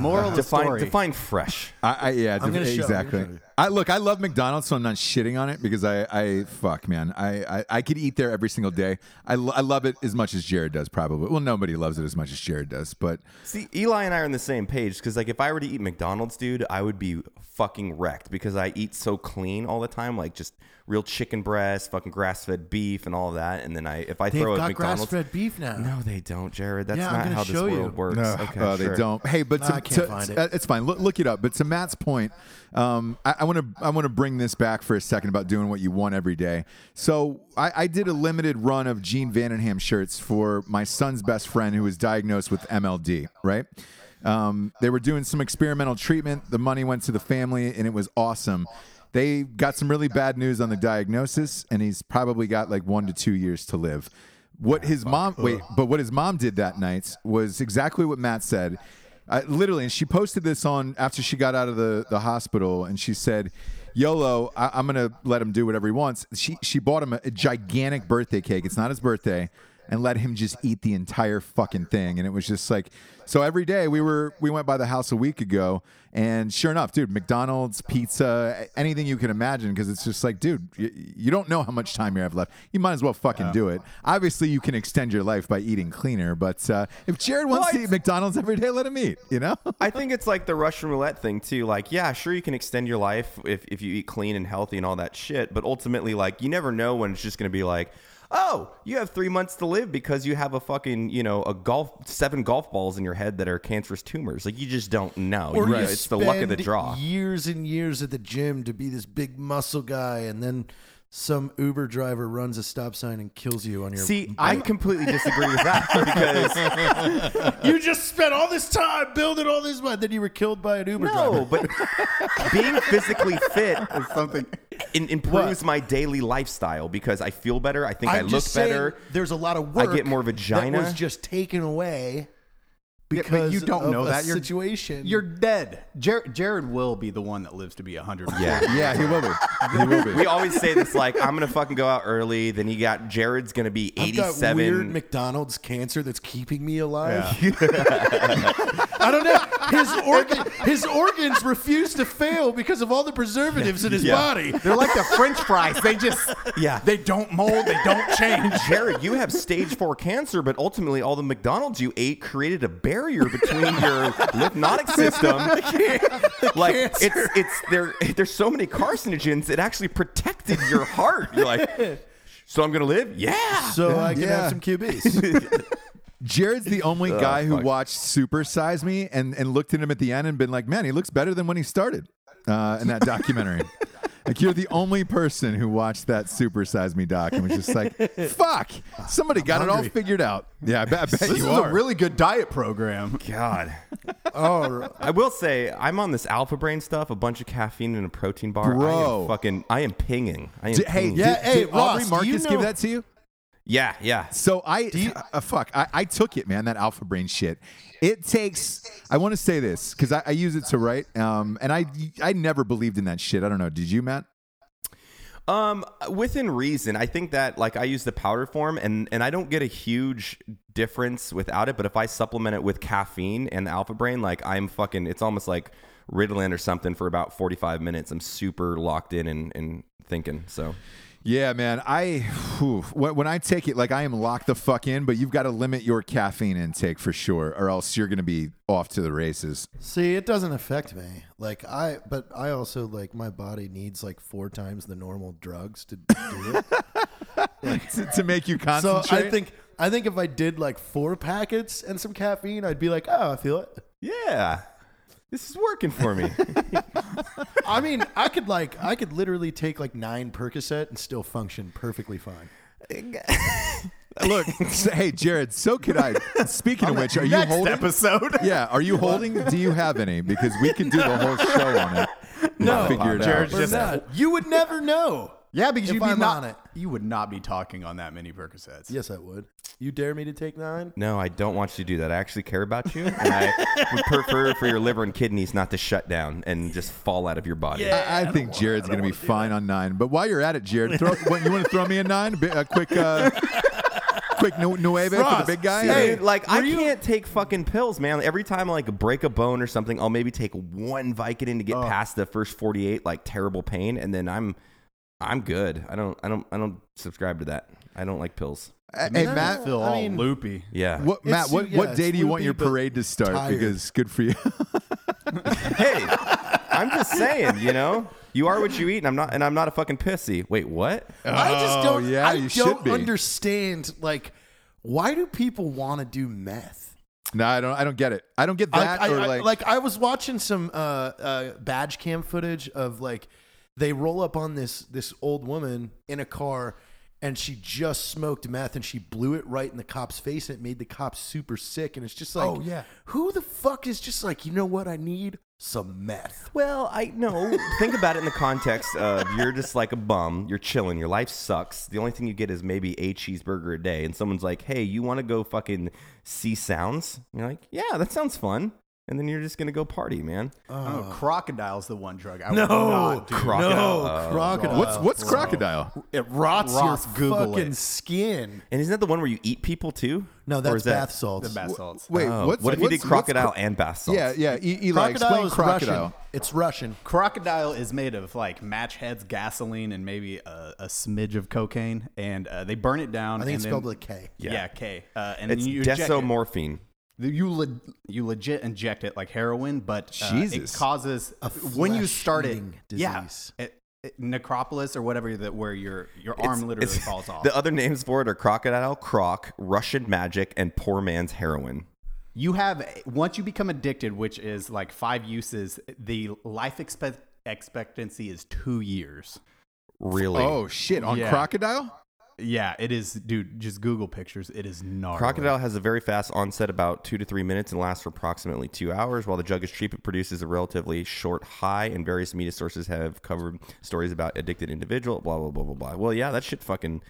S5: Moral of the
S3: define
S5: story.
S3: define fresh.
S2: I, I yeah,
S4: I'm gonna
S2: def-
S4: show-
S2: exactly.
S4: I'm gonna show
S2: I look, I love McDonald's, so I'm not shitting on it because I, I fuck, man, I, I, I could eat there every single day. I, lo- I love it as much as Jared does, probably. Well, nobody loves it as much as Jared does, but
S3: See, Eli and I are on the same page because, like, if I were to eat McDonald's, dude, I would be fucking wrecked because I eat so clean all the time, like just real chicken breast, fucking grass fed beef, and all that. And then I, if I
S4: They've
S3: throw a
S4: got
S3: McDonald's,
S4: grass-fed beef now.
S3: no, they don't, Jared. That's
S4: Yeah, I'm
S3: not
S4: gonna
S3: how this
S4: show you.
S3: world works.
S2: No,
S3: okay,
S2: uh, they
S3: sure.
S2: don't. Hey, but
S4: Nah,
S2: to,
S4: I can't
S2: to-
S4: find it.
S2: uh, it's fine. Look, look it up. But to Matt's point, um, I want to I want to bring this back for a second about doing what you want every day. So I, I did a limited run of Gene Vandenham shirts for my son's best friend who was diagnosed with MLD. Right. Um, they were doing some experimental treatment. The money went to the family, and it was awesome. They got some really bad news on the diagnosis, and he's probably got like one to two years to live. What his mom wait, but what his mom did that night was exactly what Matt said. I, literally, and she posted this on after she got out of the, the hospital, and she said, "YOLO, I, I'm gonna let him do whatever he wants." She she bought him a, a gigantic birthday cake. It's not his birthday, and let him just eat the entire fucking thing. And it was just like, so every day we were we went by the house a week ago, and sure enough, dude, McDonald's, pizza, a- anything you can imagine, because it's just like, dude, you, you don't know how much time you have left. You might as well fucking do it. Obviously, you can extend your life by eating cleaner, but uh, if Jared wants to
S3: What?
S2: eat McDonald's every day, let him eat. You know.
S3: I think it's like the Russian roulette thing too. Like, yeah, sure, you can extend your life if, if you eat clean and healthy and all that shit, but ultimately, like, you never know when it's just gonna be like, oh, you have three months to live because you have a fucking, you know, a golf seven golf balls in your head that are cancerous tumors. Like, you just don't know. You know,
S4: you
S3: it's the luck of the
S4: spend
S3: draw.
S4: Years and years at the gym to be this big muscle guy, and then some Uber driver runs a stop sign and kills you on your.
S3: See, I completely disagree with that because
S4: you just spent all this time building all this, money, then you were killed by an Uber driver.
S3: no, but being physically fit
S5: It's something.
S3: in, improves my daily lifestyle because I feel better. I think i
S4: I'm
S3: look
S4: just saying
S3: better.
S4: There's a lot of
S3: I
S4: work.
S3: get more vagina.
S4: That was just taken away
S5: Yeah,
S4: because
S5: but you don't
S4: of
S5: know
S4: a
S5: that you're
S4: situation.
S5: You're dead. Jer- Jared will be the one that lives to be hundred.
S3: Yeah.
S2: yeah, he will be. He will be.
S3: We always say this like I'm gonna fucking go out early. Then you got Jared's gonna be
S4: I've got weird
S3: 87.
S4: McDonald's cancer that's keeping me alive. I don't know. His organ, his organs refuse to fail because of all the preservatives in his
S3: Yeah.
S4: body.
S5: They're like the French fries. They just
S3: Yeah.
S5: They don't mold. They don't change.
S3: Jared, you have stage four cancer, but ultimately all the McDonald's you ate created a barrier between your lymphatic system. like it's it's there. There's so many carcinogens. It actually protected your heart. You're like, so I'm gonna live. Yeah.
S4: So I can
S2: Yeah.
S4: have some QBs.
S2: Jared's the only
S5: Oh,
S2: guy who
S3: fuck.
S2: watched Super Size Me and, and looked at him at the end and been like, man, he looks better than when he started uh, in that documentary. like, you're the only person who watched that Super Size Me doc and was just like, fuck, somebody got it all
S4: hungry.
S2: figured out. Yeah, I bet, I bet
S5: This
S2: you
S5: is
S2: are.
S5: a really good diet program.
S3: God.
S4: oh,
S3: I will say I'm on this alpha brain stuff, a bunch of caffeine and a protein bar. I
S2: Bro.
S3: am fucking I am pinging. I am
S2: Did- hey,
S3: pinging.
S2: did,
S4: Yeah, hey,
S2: did Aubrey
S4: Ross, do
S2: Marcus
S4: you
S2: give
S4: know-
S2: that to you?
S3: yeah, yeah.
S2: So I, uh, fuck, I, I took it, man. That alpha brain shit. It takes. I want to say this because I, I use it to write, um, and I I never believed in that shit. I don't know. Did you, Matt?
S3: Um, within reason, I think that like I use the powder form, and and I don't get a huge difference without it. But if I supplement it with caffeine and Alpha Brain, like I'm fucking, it's almost like Ritalin or something for about 45 minutes. I'm super locked in and and thinking. So
S2: Yeah, man. I whew, when when I take it, like I am locked the fuck in. But you've got to limit your caffeine intake for sure, or else you're gonna be off to the races.
S4: see, it doesn't affect me. Like I, but I also like my body needs like four times the normal drugs to do it.
S2: to, to make you
S4: so
S2: concentrate.
S4: I think I think if I did like four packets and some caffeine, I'd be like, oh, I feel it.
S3: yeah, this is working for me.
S4: I mean, I could like I could literally take like nine Percocet and still function perfectly fine.
S2: Look, so- hey, Jared. So could I. Speaking of which, are you
S5: Next
S2: holding?
S5: episode.
S2: Yeah, are you holding? Do you have any? Because we could do the whole show on it. No, figure it
S5: Jared's
S2: out.
S5: just-
S4: you would never know.
S5: Yeah, because
S4: If
S5: you'd be
S4: I'm
S5: not,
S4: on it.
S5: you would not be talking on that many Percocets.
S4: Yes, I would. You dare me to take nine?
S3: no, I don't want you to do that. I actually care about you, and I would prefer for your liver and kidneys not to shut down and just fall out of your body.
S2: I, I think Jared's going to be fine on nine. But while you're at it, Jared, throw, what, you want to throw me a nine? Bi- A quick, uh, quick nu- nueve for the
S4: Ross,
S2: big guy.
S3: Dude, like I can't take fucking pills, man. Every time I like break a bone or something, I'll maybe take one Vicodin to get past the first forty-eight, like terrible pain, and then I'm, I'm good. I don't, I don't, I don't subscribe to that. I don't like pills.
S2: Hey, hey, Matt.
S5: I feel
S4: I
S5: all
S4: mean-
S5: loopy.
S3: Yeah.
S2: What, Matt,
S4: It's-
S2: what,
S4: yeah,
S2: what
S4: it's
S2: day do you want
S4: loopy,
S2: your
S4: but
S2: parade to start?
S4: tired.
S2: Because good for you.
S3: Hey, I'm just saying, you know, you are what you eat, and I'm not, and I'm not a fucking pissy. Wait, what?
S4: I just don't.
S2: Oh, yeah,
S4: I
S2: you should
S4: don't
S2: be.
S4: understand. Like, why do people want to do meth?
S2: no, I don't. I don't get it. I don't get that.
S4: I, I,
S2: or
S4: I-
S2: like,
S4: I was watching some uh, uh, badge cam footage of like they roll up on this this old woman in a car, and she just smoked meth and she blew it right in the cop's face and it made the cop super sick. And it's just like,
S5: Oh, yeah.
S4: who the fuck is just like, you know what? I need some meth.
S3: Well, I no. Think about it in the context of you're just like a bum. You're chilling. Your life sucks. The only thing you get is maybe a cheeseburger a day. And someone's like, "Hey, you want to go fucking see sounds?" And you're like, "Yeah, that sounds fun." And then you're just gonna go party, man.
S5: Oh, crocodile's the one drug. I
S4: No,
S5: would not do.
S3: crocodile.
S4: no, crocodile.
S2: what's what's crocodile?
S4: It rots
S5: Ross,
S4: your
S5: Google
S4: fucking
S5: it.
S4: skin.
S3: And isn't that the one where you eat people too?
S4: No,
S3: Or
S4: that's
S3: is that-
S4: bath salts.
S5: The bath salts.
S2: Wait,
S3: Oh,
S2: what's,
S3: what if you
S2: what's,
S3: did
S2: what's
S3: crocodile
S2: cro-
S3: and bath salts?
S2: yeah, yeah. E- Eli,
S4: crocodile
S2: explain
S4: is
S2: crocodile.
S4: Russian. It's Russian.
S5: Crocodile is made of like match heads, gasoline, and maybe a, a smidge of cocaine, and uh, they burn it down.
S4: I think
S5: and
S4: it's
S5: then-
S4: spelled with a K.
S5: yeah,
S3: Yeah.
S5: K. Uh, and
S3: It's
S5: then you inject it.
S3: desomorphine.
S5: You le- you legit inject it like heroin, but uh,
S2: Jesus.
S5: it causes when you start it.
S4: flesh-eating
S5: Yeah,
S4: disease.
S5: it- it- necropolis or whatever that where your your arm literally
S3: It's-
S5: falls off.
S3: The other names for it are crocodile, croc, Russian magic, and poor man's heroin.
S5: you have once you become addicted, which is like five uses. The life expect expectancy is two years.
S3: Really?
S2: Oh shit! On
S5: Yeah.
S2: crocodile?
S5: Yeah, it is, dude. Just Google pictures. It is gnarly.
S3: Crocodile has a very fast onset, about two to three minutes, and lasts for approximately two hours. While the drug is cheap, it produces a relatively short high, and various media sources have covered stories about addicted individual. Blah blah blah blah blah. Well, yeah, that shit fucking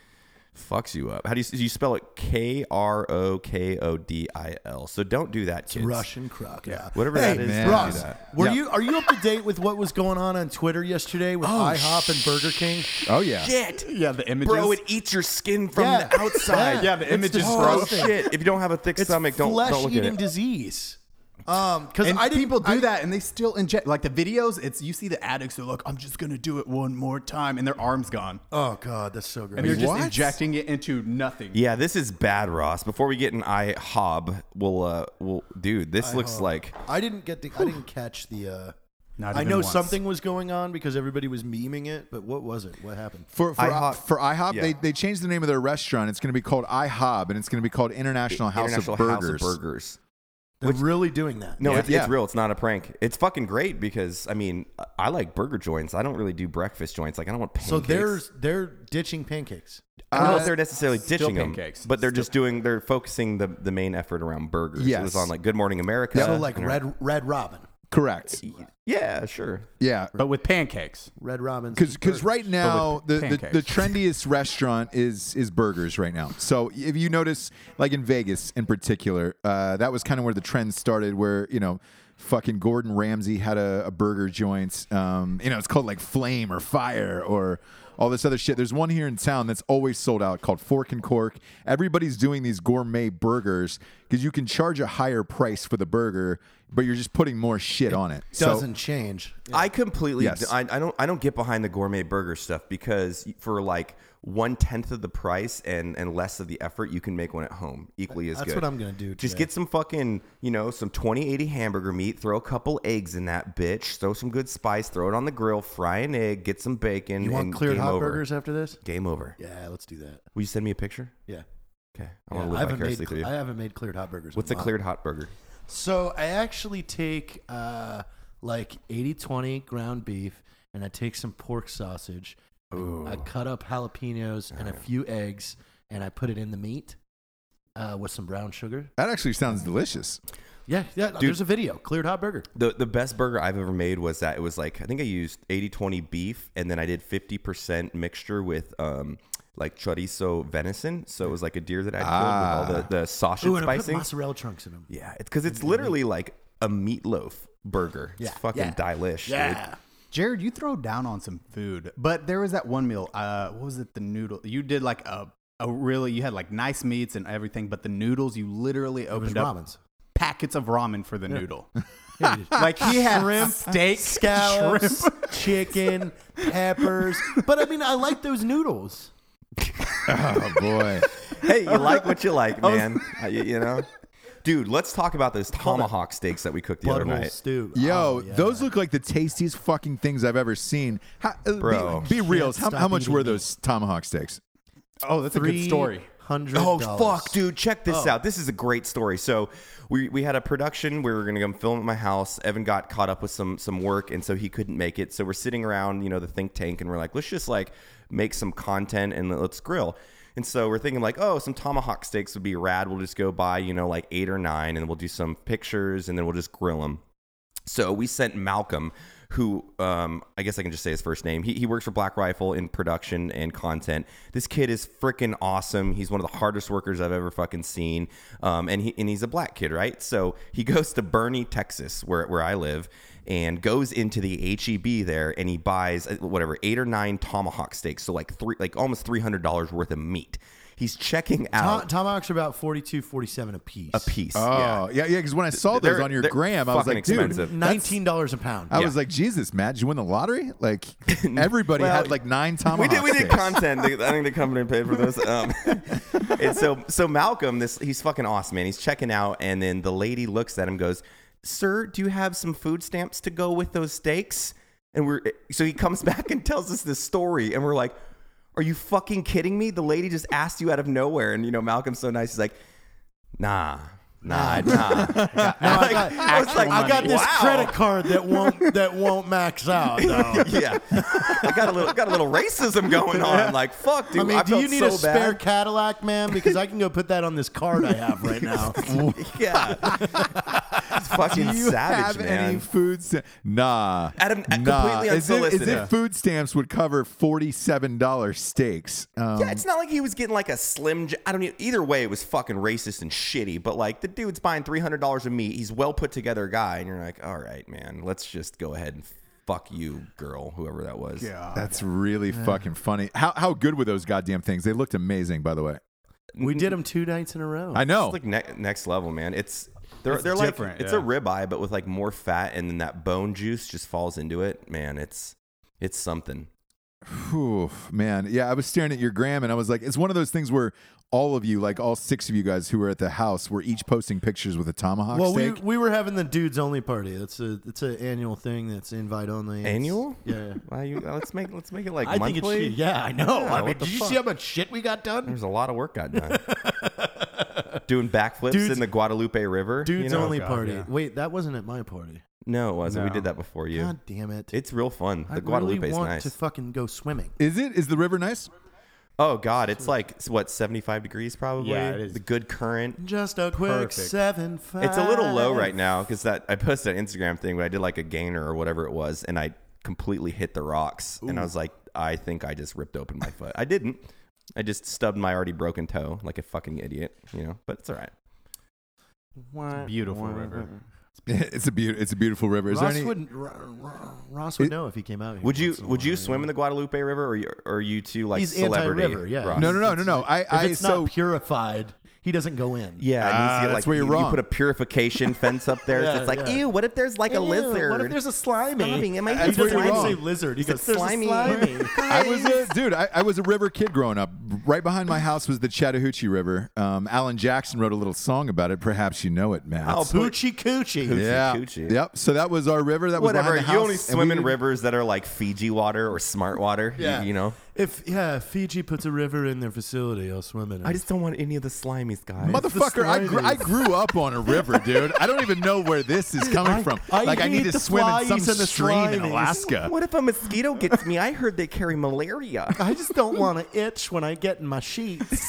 S3: fucks you up. How do you, you spell it? K R O K O D I L. So don't do that, kids.
S4: Russian crocodile.
S3: Whatever
S4: hey,
S3: that is,
S2: man.
S3: don't
S2: Ross.
S3: do that.
S4: Were
S2: Yeah.
S4: you are you up to date with what was going on on Twitter yesterday
S3: Oh,
S4: with IHOP and Burger King?
S2: Oh yeah.
S5: Yeah, the images.
S3: Bro, it eats your skin from
S4: Yeah.
S3: the outside.
S5: Yeah, the
S4: It's
S5: images,
S3: Oh
S5: bro.
S4: disgusting.
S3: shit! If you don't have a thick
S4: It's
S3: stomach, don't,
S4: flesh
S3: don't look at
S4: eating
S3: it.
S4: disease. Um, because
S5: And
S4: I didn't,
S5: people do
S4: I-
S5: that, and they still inject like the videos. It's you see the addicts. They're like, "I'm just gonna do it one more time," and their arms gone,
S4: Oh god, that's so great.
S5: and they're
S2: What?
S5: just injecting it into nothing.
S3: Yeah, this is bad, Ross. Before we get an I hob, we'll uh, we'll dude, this looks like
S4: I didn't get the. I didn't catch the. uh
S5: Not
S4: I
S5: even
S4: know
S5: once.
S4: something was going on because everybody was memeing it, but what was it? What happened?
S2: For for
S3: IHOP.
S2: IHOP, for IHOP
S3: Yeah.
S2: they, they changed the name of their restaurant. It's going to be called IHOB, and it's going to be called International House
S3: International
S2: of Burgers.
S3: Burgers.
S4: They're really doing that.
S3: No,
S2: Yeah.
S3: it's,
S2: Yeah.
S3: it's real. It's not a prank. It's fucking great because I mean, I- I like burger joints. I don't really do breakfast joints. Like I don't want pancakes.
S4: so uh, they're they're ditching pancakes.
S3: I don't know if they're necessarily ditching them,
S5: pancakes.
S3: but they're just doing they're focusing the, the main effort around burgers. It was
S2: Yes.
S3: on like Good Morning America.
S4: So like
S3: and-
S4: Red Red Robin,
S2: Correct.
S3: E- Yeah, sure.
S2: Yeah.
S5: but with pancakes.
S4: Red Robin's
S2: Because right now the, the, the
S5: pancakes.
S2: trendiest restaurant is is burgers right now. So if you notice, like in Vegas in particular, uh, that was kind of where the trend started. Where you know, fucking Gordon Ramsay had a, a burger joint. Um, you know, it's called like Flame or Fire or all this other shit. There's one here in town that's always sold out called Fork and Cork. Everybody's doing these gourmet burgers because you can charge a higher price for the burger, but you're just putting more shit on it. So-
S4: doesn't change.
S3: I completely.
S2: Yes.
S3: I, I don't. I don't get behind the gourmet burger stuff because for like one tenth of the price and and less of the effort, you can make one at home equally as
S4: That's
S3: good.
S4: what I'm gonna do
S3: Just
S4: today.
S3: get some fucking you know some 2080 hamburger meat. Throw a couple eggs in that bitch. Throw some good spice. Throw it on the grill. Fry an egg. Get some bacon.
S4: You want
S3: and
S4: cleared
S3: game
S4: hot
S3: over.
S4: burgers after this?
S3: Game over.
S4: Yeah, let's do that.
S3: Will you send me a picture?
S4: Yeah.
S3: Okay. I
S4: Yeah,
S3: want to
S4: I
S3: live
S4: haven't made
S3: vicariously
S4: cl-
S3: through you.
S4: I haven't made cleared hot burgers. in
S3: What's a
S4: while.
S3: cleared hot burger?
S4: So I actually take uh, like 80-20 ground beef, and I take some pork sausage. I cut up jalapenos and a few eggs, and I put it in the meat uh, with some brown sugar.
S2: that actually sounds delicious.
S4: Yeah, yeah. There's a video. Cleared hot burger.
S3: The the best burger I've ever made was that it was like I think I used 80-20 beef and then I did 50% mixture with um like chorizo venison. So it was like a deer that I killed with all the, the sausage
S4: Ah. Ooh, and I put
S3: spicing.
S4: mozzarella chunks in them.
S3: yeah, it's because it's literally like a meatloaf burger.
S4: Yeah,
S3: it's fucking
S4: yeah.
S3: delish.
S4: Yeah.
S3: dude.
S5: Jared, you throw down on some food, but there was that one meal. Uh, what was it? The noodle. You did like a a really. You had like nice meats and everything, but the noodles. You literally
S4: It was
S5: opened up
S4: Robin's.
S5: packets of ramen for the noodle.
S4: Yeah, dude.
S5: like he had steak
S4: scallops,
S5: shrimp.
S4: chicken, peppers. But I mean, I like those noodles.
S2: Oh boy.
S3: Hey, you like what you like, man. Uh, you, you know? Dude, let's talk about those tomahawk steaks that we cooked the other
S4: Blood bowl
S3: night.
S4: stew.
S2: Yo,
S4: Oh, yeah.
S2: those look like the tastiest fucking things I've ever seen. How, uh,
S3: Bro.
S2: be, be real.
S4: Can't
S2: How,
S4: stop
S2: how much
S4: eating
S2: were
S4: meat.
S2: those tomahawk steaks?
S5: Oh, that's a good story.
S4: Hundred.
S3: Oh fuck, dude! Check this out. This is a great story. So, we, we had a production. We were gonna go film at my house. Evan got caught up with some some work, and so he couldn't make it. So we're sitting around, you know, the think tank, and we're like, let's just like make some content and let's grill. And so we're thinking like, oh, some tomahawk steaks would be rad. We'll just go buy, you know, like eight or nine, and we'll do some pictures, and then we'll just grill them. So we sent Malcolm, who um, I guess I can just say his first name. He, he works for Black Rifle in production and content. This kid is freaking awesome. He's one of the hardest workers I've ever fucking seen. Um, and he and he's a black kid, right? So he goes to Bernie, Texas, where where I live, and goes into the HEB there, and he buys uh, whatever eight or nine tomahawk steaks, so like three, like almost three hundred dollars worth of meat. He's checking out
S4: Tom, tomahawks are about 42, 47 a piece.
S3: a piece.
S2: Oh, yeah, yeah. Because when I saw those
S3: They're-
S2: on your
S3: they're
S2: gram, I was
S3: fucking
S2: like,
S3: expensive.
S2: dude.
S4: Nineteen dollars a pound.
S2: I was like, Jesus, Matt, did you win the lottery? Like everybody
S3: Well,
S2: had like nine tomahawk.
S3: we did we did
S2: steaks.
S3: content. I think the company paid for this. Um, and so so Malcolm, this he's fucking awesome, man. He's checking out, and then the lady looks at him, goes, "Sir, do you have some food stamps to go with those steaks?" And we're so he comes back and tells us this story, and we're like, "Are you fucking kidding me?" The lady just asked you out of nowhere, and you know Malcolm's so nice, he's like, "Nah." Nah, nah.
S4: No, I
S3: Like,
S4: got,
S3: I was like,
S4: I got this
S3: wow.
S4: credit card that won't that won't max out. Though.
S3: yeah, I got a little got a little racism going on. Like, fuck, dude.
S4: I mean, do
S3: felt
S4: you need
S3: so
S4: a spare
S3: bad.
S4: Cadillac, man? Because I can go put that on this card I have right now.
S3: Yeah. it's fucking
S2: Do you
S3: savage,
S2: have
S3: man.
S2: any food stamps? Nah.
S3: Adam, uh,
S2: nah.
S3: completely
S2: As if- As
S3: unsolicited.
S2: if food stamps would cover $47 steaks. Um,
S3: yeah, it's not like he was getting like a slim. J- I don't even. Either way, it was fucking racist and shitty. But like the dude's buying three hundred dollars of meat. He's well put together guy, and you're like, all right, man, let's just go ahead and fuck you, girl, whoever that was. Yeah.
S2: That's really fucking funny. How, how good were those goddamn things? They looked amazing, by the way.
S4: We did them two nights in a row.
S2: I know.
S3: It's like ne- next level, man. It's They're, they're like
S5: different,
S3: it's
S5: yeah.
S3: a ribeye, but with like more fat, and then that bone juice just falls into it. Man, it's it's something.
S2: Oof, man. Yeah, I was staring at your gram and I was like, it's one of those things where all of you, like all six of you guys who were at the house, were each posting pictures with a tomahawk
S4: Well, we,
S2: steak.
S4: we were having the dudes only party. That's a it's an annual thing. That's invite only. It's-
S3: Annual?
S4: Yeah. yeah.
S3: Why you, uh, let's make let's make it like
S4: I think
S3: monthly.
S4: it's shit. Yeah, I know.
S3: Yeah,
S4: I
S3: what
S4: mean,
S3: the
S4: did you
S3: fuck?
S4: see how much shit we got done?
S3: There's a lot of work got done. Doing backflips
S4: Dudes-
S3: in the Guadalupe River. you
S4: Dudes
S3: know?
S4: only
S5: God,
S4: party.
S5: yeah.
S4: Wait, that wasn't at my party.
S3: No, it wasn't. We
S5: No.
S3: did that before you.
S4: God damn it!
S3: It's real fun.
S4: I
S3: The Guadalupe
S4: really
S3: is
S4: want
S3: nice.
S4: to fucking go swimming.
S2: is it? Is the river nice?
S3: oh God, it's like s- what 75 degrees probably.
S5: Yeah, it is.
S3: The good current.
S4: Just a quick
S5: Perfect.
S4: seven five.
S3: It's a little low right now because that I posted an Instagram thing, but I did like a gainer or whatever it was, and I completely hit the rocks, and I was like, I think I just ripped open my foot. I didn't. I just stubbed my already broken toe like a fucking idiot, you know. But it's all right.
S4: Wah,
S5: Beautiful
S4: wah,
S5: river.
S4: wah.
S2: it's a beautiful. It's a beautiful river. Is
S4: Ross
S2: there any?
S4: would Ross would know if he came out. Here
S3: Would you
S4: once in a
S3: would you
S4: while,
S3: swim in
S4: know?
S3: the Guadalupe River, or are you, or are you two like
S4: He's
S3: celebrity?
S4: anti-river, yeah.
S3: Ross?
S2: no, no, no, no, no. I,
S4: If
S2: I
S4: it's
S2: so
S4: not purified, he doesn't go in.
S3: Yeah, it needs
S2: Ah,
S3: to get, like,
S2: that's where you're
S3: you, you
S2: wrong.
S3: put a purification fence up there. so
S4: Yeah,
S3: it's like,
S4: yeah.
S3: ew, what if there's like a
S4: Ew,
S3: lizard?
S4: What if there's a slimy?
S3: Stopping, am I
S4: he
S3: That's
S2: where
S4: doesn't
S2: you're
S4: even say
S2: wrong.
S4: lizard. He
S3: Is it
S4: goes, there's
S3: slimy?"
S4: a slimy.
S2: I was a dude. I, I was a river kid growing up. Right behind my house was the Chattahoochee River. Um, Alan Jackson wrote a little song about it. Perhaps you know it, Matt.
S3: Oh,
S4: Poochie coochie.
S2: yeah.
S3: Chattahoochee.
S2: Yep. So that was our river. That was
S3: whatever.
S2: Behind the
S3: You
S2: house,
S3: only
S2: and
S3: swim in
S2: we-
S3: rivers that are like Fiji water or smart water. Yeah. You, know.
S4: If yeah, Fiji puts a river in their facility, I'll swim in it.
S3: I just don't want any of the slimies, guys.
S2: Motherfucker, I, gr- I
S4: slightest.
S2: grew up on a river, dude. I don't even know where this is coming from.
S4: I
S2: like, I need
S4: hate
S2: to
S4: the
S2: swim in
S4: flies
S2: some
S4: and the
S2: stream in
S4: slimies.
S2: Alaska.
S3: What if a mosquito gets me? I heard they carry malaria.
S4: I just don't want to itch when I get in my sheets.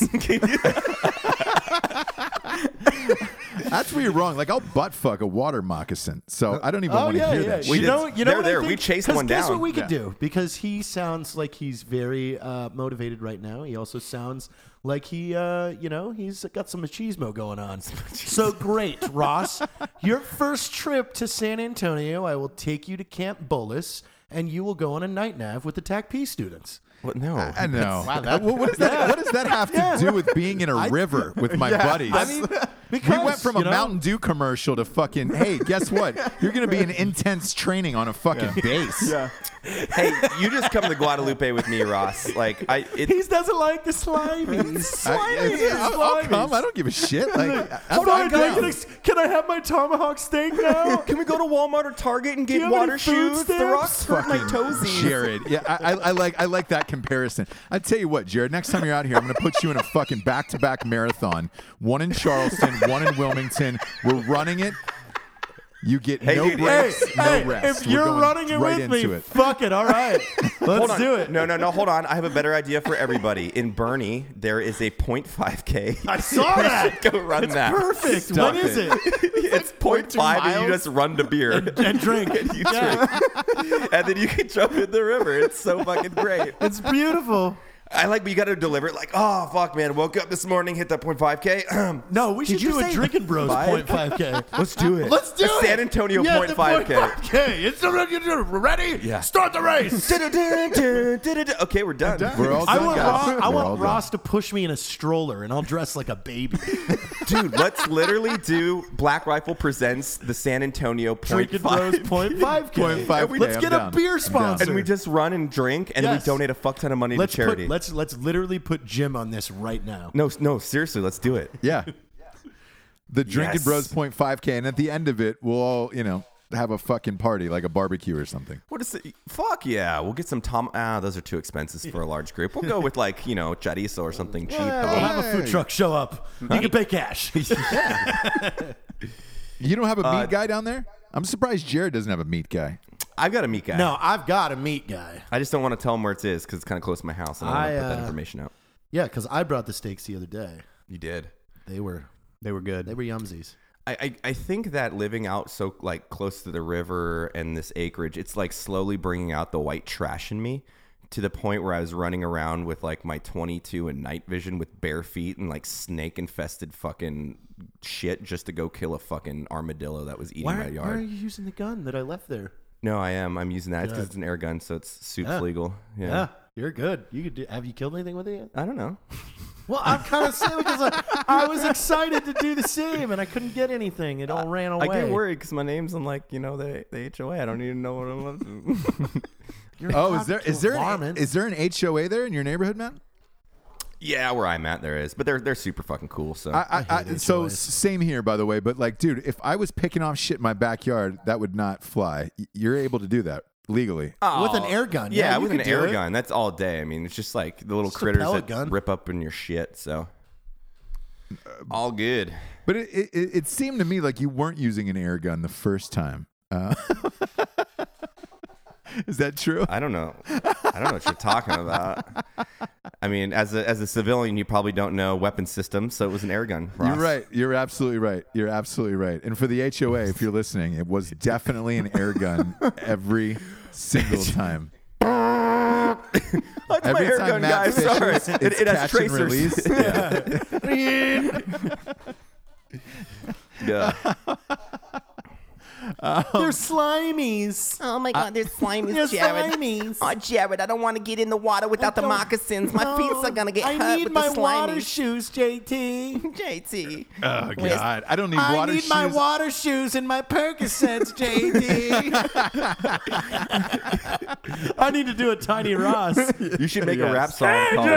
S2: That's where you're wrong. Like, I'll butt fuck a water moccasin,
S4: Uh,
S2: so I don't even want to hear that.
S3: We
S2: shit.
S4: Oh, You
S3: did-
S4: know, you know
S3: they're
S4: what I
S3: there. We
S4: think?
S3: chased
S4: 'Cause
S3: one
S4: guess
S3: down.
S4: what we could
S2: Yeah.
S4: do? Because he sounds like he's very uh, motivated right now. He also sounds like he, uh, you know, he's got some machismo going on. so great, Ross. Your first trip to San Antonio, I will take you to Camp Bolus, and you will go on a night nav with the TACP students.
S3: What? No.
S2: I know. what, what does that, what does that have to do with being in a river with my buddies?
S4: I mean,
S2: we
S4: because,
S2: went from a
S4: you know,
S2: Mountain Dew commercial to fucking, hey, guess what? You're going to be in intense training on a fucking base.
S3: hey, you just come to Guadalupe with me, Ross. Like I, it,
S4: He doesn't like the slimies.
S2: I,
S4: Slimies,
S2: it's- I'll, I'll
S4: slimies.
S2: come. I don't give a shit. Like, I- I'm
S4: Hold on,
S2: I'm
S4: can I,
S2: down.
S4: get a- can I have my tomahawk steak now?
S3: Can we go to Walmart or Target and
S4: you
S3: get
S4: have any
S3: water
S4: food
S3: shoes? The
S4: stamps?
S3: rocks hurt my toesies.
S2: Jared. Yeah, I, I, I like I like that comparison. I tell you what, Jared. Next time you're out here, I'm gonna put you in a fucking back to back marathon. One in Charleston, one in Wilmington. We're running it. You get
S3: Hey,
S2: no
S3: dude,
S2: breaks,
S3: hey,
S2: no
S4: hey,
S2: rest.
S4: if
S2: We're
S4: you're
S2: going
S4: running it
S2: right
S4: with
S2: into
S4: me,
S2: it.
S4: fuck it. All right,
S3: Hold
S4: let's
S3: on.
S4: do it.
S3: No, no, no. Hold on. I have a better idea for everybody. In Bernie, there is a 0.5K.
S4: I saw that.
S3: Go run that.
S4: Perfect.
S2: Stop
S4: What is
S2: it.
S4: it?
S3: It's 0.5 and you
S5: miles?
S3: just run to beer. And,
S4: And drink.
S3: you drink. and then you can jump in the river. It's so fucking great.
S4: It's beautiful.
S3: I like, but you got to deliver it like, oh, fuck, man. Woke up this morning, hit that 0.5K.
S4: No, we should
S3: you
S4: do a
S3: say
S4: drinking bros
S3: five?
S4: 0.5k.
S3: Let's do it.
S4: Let's do
S3: a
S4: it.
S3: San Antonio
S4: yeah, the
S3: 0.5K.
S4: 0.5K. It's ready.
S3: Yeah.
S4: Start the race.
S3: okay, we're done.
S2: We're all
S4: I
S2: done,
S4: want,
S2: guys.
S4: Ross, I
S2: We're all
S4: want
S2: done.
S4: Ross to push me in a stroller, and I'll dress like a baby.
S3: Dude, let's literally do Black Rifle presents the San Antonio
S4: Drinking Bros
S3: 0.5.
S4: 0.5k.
S2: 0.5K,
S4: Let's
S2: I'm
S4: get
S2: down.
S4: a beer
S2: I'm down.
S4: sponsor.
S3: And we just run and drink, and
S4: Yes.
S3: we donate a fuck ton of money
S4: let's
S3: to charity.
S4: Put, let's let's literally put Jim on this right now.
S3: no, no, seriously, let's do it.
S2: Yeah. The Drinking
S3: Yes.
S2: Bros 0.5K, and at the end of it, we'll all you know have a fucking party, like a barbecue or something.
S3: What is it? Fuck yeah, we'll get some Tom. Ah, those are too expensive for a large group. We'll go with like you know chorizo or something cheap.
S4: We'll have a food truck show up. You can pay cash.
S2: You don't have a
S4: Uh,
S2: meat guy down there? I'm surprised Jared doesn't have a meat guy.
S3: I've got a meat guy.
S4: no, I've got a meat guy.
S3: I just don't want to tell him where it is because it's kind of close to my house, and I don't want
S4: I,
S3: to put that
S4: uh,
S3: information out.
S4: Yeah, because I brought the steaks the other day.
S3: You did.
S4: They were
S5: They were good.
S4: they were yumsies.
S3: I, I, I think that living out so like close to the river and this acreage, it's like slowly bringing out the white trash in me to the point where I was running around with like my 22 and night vision with bare feet and like snake infested fucking shit just to go kill a fucking armadillo that was eating my yard.
S4: you using the gun that I left there?
S3: No, I am. I'm using that. It's because it's an air gun, so it's soups legal. Yeah.
S4: Yeah, you're good. You could do. Have you killed anything with it yet?
S3: I don't know.
S4: Well, I'm kind of sad because I, I was excited to do the same and I couldn't get anything. It all ran away.
S3: I get worried because my name's on like you know the the HOA. I don't even know what I'm up to.
S2: Oh, is there is there an,
S4: Varmint.
S2: is there an HOA there in your neighborhood, man?
S3: yeah, where I'm at, there is, but they're they're super fucking cool. So
S2: I, I, I, so s- same here, by the way. But like, dude, if I was picking off shit in my backyard, that would not fly. Y- You're able to do that legally.
S3: Ah.
S6: with an air gun.
S3: yeah,
S6: you
S3: with an
S6: could do
S3: air
S6: it.
S3: gun, that's all day. I mean, it's just like the little
S6: Just a
S3: critters
S6: pellet
S3: that
S6: gun.
S3: rip up in your shit. So Uh, all good.
S2: But it, it, it it seemed to me like you weren't using an air gun the first time. Uh, is that true?
S3: I don't know. I don't know what you're talking about. I mean, as a as a civilian, you probably don't know weapon systems, so it was an air gun. Ross.
S2: You're right. You're absolutely right. You're absolutely right. And for the HOA, if you're listening, it was definitely an air gun every single time.
S3: That's
S2: Every
S3: my air
S2: time
S3: gun,
S2: Matt
S3: guys. Sorry,
S2: fishes,
S3: it,
S2: it's
S3: it has
S2: catch and
S3: tracers.
S2: release.
S3: yeah.
S4: They're slimies.
S7: Oh my god, there's slime
S4: They're
S7: is Jared.
S4: slimies.
S7: Oh, Jared, I don't want to get in the water without the
S4: don't-
S7: moccasins. My feet are gonna get
S4: I
S7: hurt
S4: need
S7: with
S4: my
S7: the slimy.
S4: water shoes, JT.
S7: JT.
S2: Oh God! I don't need
S4: I
S2: water
S4: need
S2: shoes.
S4: my water shoes and my Percocets, JT. I need to do a Tiny Ross.
S3: You should make a rap song called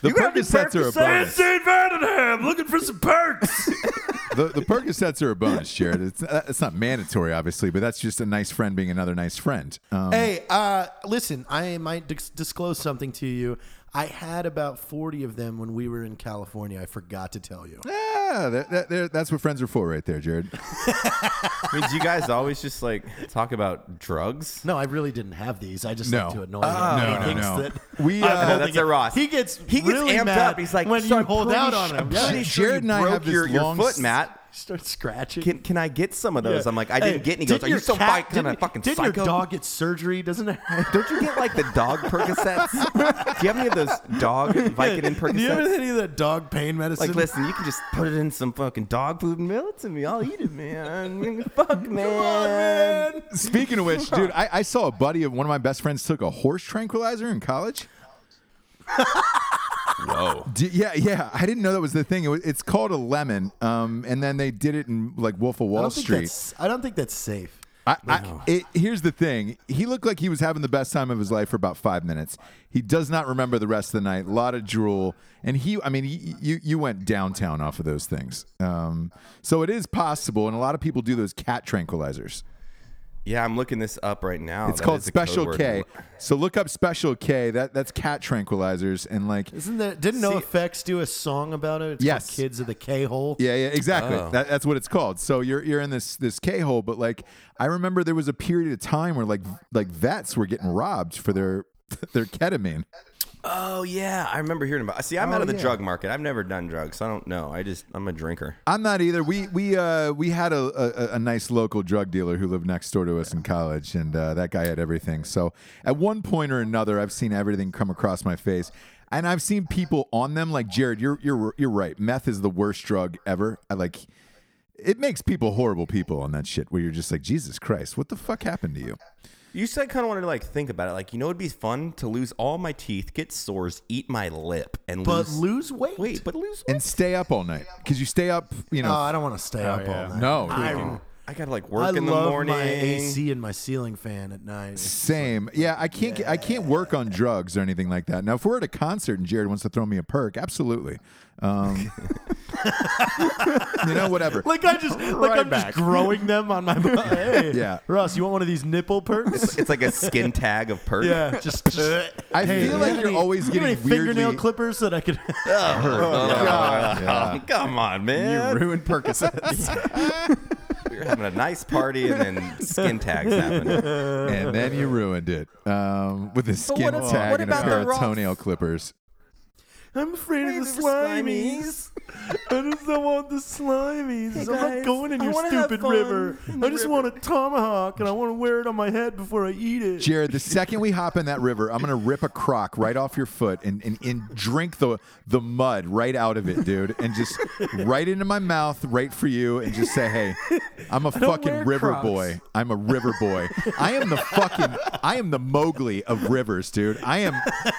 S2: the Percocets are a bonus.
S4: looking for some perks.
S2: The, the Percocets are a bonus, Jared. It's, uh, it's not mandatory, obviously, but that's just a nice friend being another nice friend. Um,
S6: Hey,
S4: uh, listen, I might dis- disclose something to you. I had about 40 of them when we were in California. I forgot to tell
S2: Eh.
S4: you.
S2: yeah, that, that, there- that's what friends are for, right there, Jared.
S3: I mean, do you guys always just like talk about drugs?
S4: No, I really didn't have these. I just
S2: No. Ah.
S4: like to annoy him.
S2: no, no,
S4: He thinks
S2: no.
S4: that-
S2: We
S4: I'm
S2: uh,
S4: holding
S3: that's a
S4: it.
S3: Ross.
S4: He gets
S3: He gets
S4: really
S3: amped
S4: mad
S3: up. He's like,
S4: when
S3: "So
S4: you
S3: I'm
S4: hold
S3: pretty
S4: out
S3: su-
S4: on him.
S3: I'm pretty sure
S2: Jared
S3: you
S2: and I
S3: broke
S2: have this
S3: your, your
S2: long
S3: foot,
S2: s-
S3: Matt.
S4: Start scratching.
S3: Can, can I get some of those? I'm like, I didn't get any. He
S4: Did
S3: goes, Are you some
S4: cat,
S3: kind of
S4: didn't-
S3: fucking
S4: didn't
S3: psycho?
S4: your dog get surgery? Doesn't it?
S3: Don't you get like the dog Percocets? Do you have any of those dog Vicodin
S6: do you ever
S3: Percocets?
S6: had any of that dog pain medicine?
S3: Like, listen, you can just put it in some fucking dog food and mail it to me. I'll eat it, man. Fuck, man.
S2: Speaking of which, dude, I, I saw a buddy of one of my best friends took a horse tranquilizer in college. Whoa. yeah, yeah. I didn't know that was the thing. It was, it's called a lemon, um, and then they did it in like Wolf of
S4: I
S2: Wall
S4: don't think
S2: Street.
S4: that's- I don't think that's safe.
S2: I, I, it, here's the thing. He looked like he was having the best time of his life for about five minutes. He does not remember the rest of the night. A lot of drool, and he. I mean, y- you you went downtown off of those things. Um, so it is possible, and a lot of people do those cat tranquilizers.
S3: Yeah, I'm looking this up right now.
S2: It's
S3: Oh, That
S2: called
S3: is a code
S2: Special
S3: word.
S2: K. So look up Special K. That that's cat tranquilizers and like
S4: Isn't that? Didn't No Effects do a song about it? It's called
S2: Yes.
S4: Kids of the K hole.
S2: yeah, yeah, exactly.
S3: Oh.
S2: That, that's what it's called. So you're you're in this this K hole, but like I remember there was a period of time where like like vets were getting robbed for their their ketamine.
S3: Oh yeah, I remember hearing about.
S2: Oh,
S3: See, I'm out of the drug market. I've never done drugs. So I don't know. I just I'm a drinker.
S2: I'm not either. We we uh we had a, a a nice local drug dealer who lived next door to us in college, and uh, that guy had everything. So at one point or another, I've seen everything come across my face, and I've seen people on them. Like Jared, you're you're you're right. Meth is the worst drug ever. I like. It makes people horrible people on that shit where you're just like, Jesus Christ, what the fuck happened to you?
S3: You said I kind of wanted to like think about it. Like you know, it'd be fun to lose all my teeth, get sores, eat my lip, and
S4: But
S3: lose.
S4: lose weight.
S3: Wait, but lose.
S2: And stay up all night. Because you stay up, you
S4: Oh,
S2: know.
S4: I don't want to stay up all night.
S2: no,
S3: I gotta like
S4: I
S3: work in the
S4: love
S3: morning.
S4: my AC and my ceiling fan at night.
S2: Same. Yeah, I can't. get I can't work on drugs or anything like that. Now, if we're at a concert and Jared wants to throw me a perk, absolutely. Um, you know, whatever.
S4: Like I just like I'm just growing them on my body. Hey,
S2: Yeah.
S4: Ross, you want one of these nipple perks?
S3: It's like a skin tag of perk.
S4: yeah, just.
S2: I feel like you're always
S4: you
S2: getting
S4: have any fingernail
S2: weirdly-
S4: clippers that I could. Oh,
S3: Oh, come on, man.
S8: You ruined Percocets.
S3: we were having a nice party, and then skin tags happened.
S2: and then you ruined it um, with a skin
S7: what-
S2: tag
S7: what
S2: and a
S7: about
S2: pair
S7: the
S2: of
S7: rocks?
S2: toenail clippers.
S4: I'm afraid of the
S7: Afraid of the
S4: slimies. I just don't want the slimies. I'm
S7: guys,
S4: not going in
S7: I
S4: your
S7: wanna have
S4: stupid
S7: fun
S4: river.
S7: in the
S4: I just want a tomahawk and I want to wear it on my head before I eat it.
S2: Jared, the second we hop in that river, I'm gonna rip a crock right off your foot and, and, and drink the the mud right out of it, dude, and just right into my mouth, right for you, and just say, "Hey, I'm a fucking
S4: wear
S2: river
S4: Crocs."
S2: boy. I'm a river boy. I am the fucking I am the Mowgli of rivers, dude. I am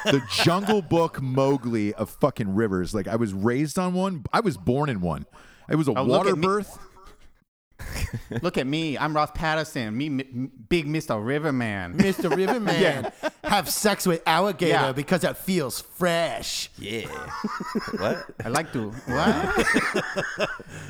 S2: the Jungle Book Mowgli of fucking rivers. Like I was raised on one. I was born in one. It was a
S5: Oh, look
S2: water
S5: at me.
S2: birth.
S5: Look at me. I'm Ross Patterson. Me, m- big Mr. Riverman.
S9: Mr. Riverman, have sex with alligator
S5: Yeah.
S9: because it feels fresh.
S3: Yeah. what?
S5: I like to. What?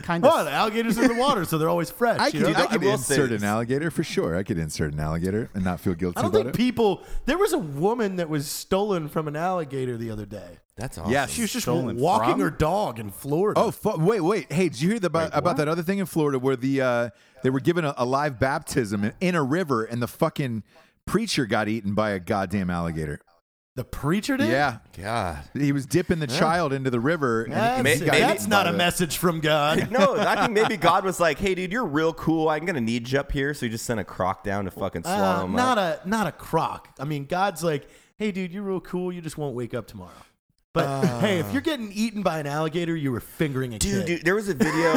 S5: kind
S9: Well, the
S5: of.
S9: alligators are in the water, so they're always fresh.
S2: I
S9: you
S2: could,
S9: know?
S2: I
S3: I
S2: could
S3: will say
S2: insert
S3: this.
S2: an alligator for sure. I could insert an alligator and not feel guilty
S4: I don't
S2: about
S4: think
S2: it.
S4: people. There was a woman that was stolen from an alligator the other day.
S3: That's awesome.
S2: Yes.
S4: She was just
S5: Stolen
S4: walking
S5: from?
S4: her dog in Florida.
S2: Oh, fu- wait, wait. Hey, did you hear the, about, about that other thing in Florida where the uh, they were given a, a live baptism in, in a river and the fucking preacher got eaten by a goddamn alligator?
S4: the preacher did.
S2: Yeah.
S3: God.
S2: He was dipping the child into the river. And
S4: That's,
S3: May- maybe-
S4: that's not a message from God.
S3: No, I think maybe God was like, "Hey, dude, you're real cool. I'm gonna need you up here." So he just sent a croc down to fucking
S4: Uh,
S3: swallow him
S4: not
S3: up.
S4: a not a croc. I mean, God's like, hey, dude, you're real cool. You just won't wake up tomorrow. But hey, if you're getting eaten by an alligator, you were fingering a
S3: Dude,
S4: kid.
S3: dude, there was a video.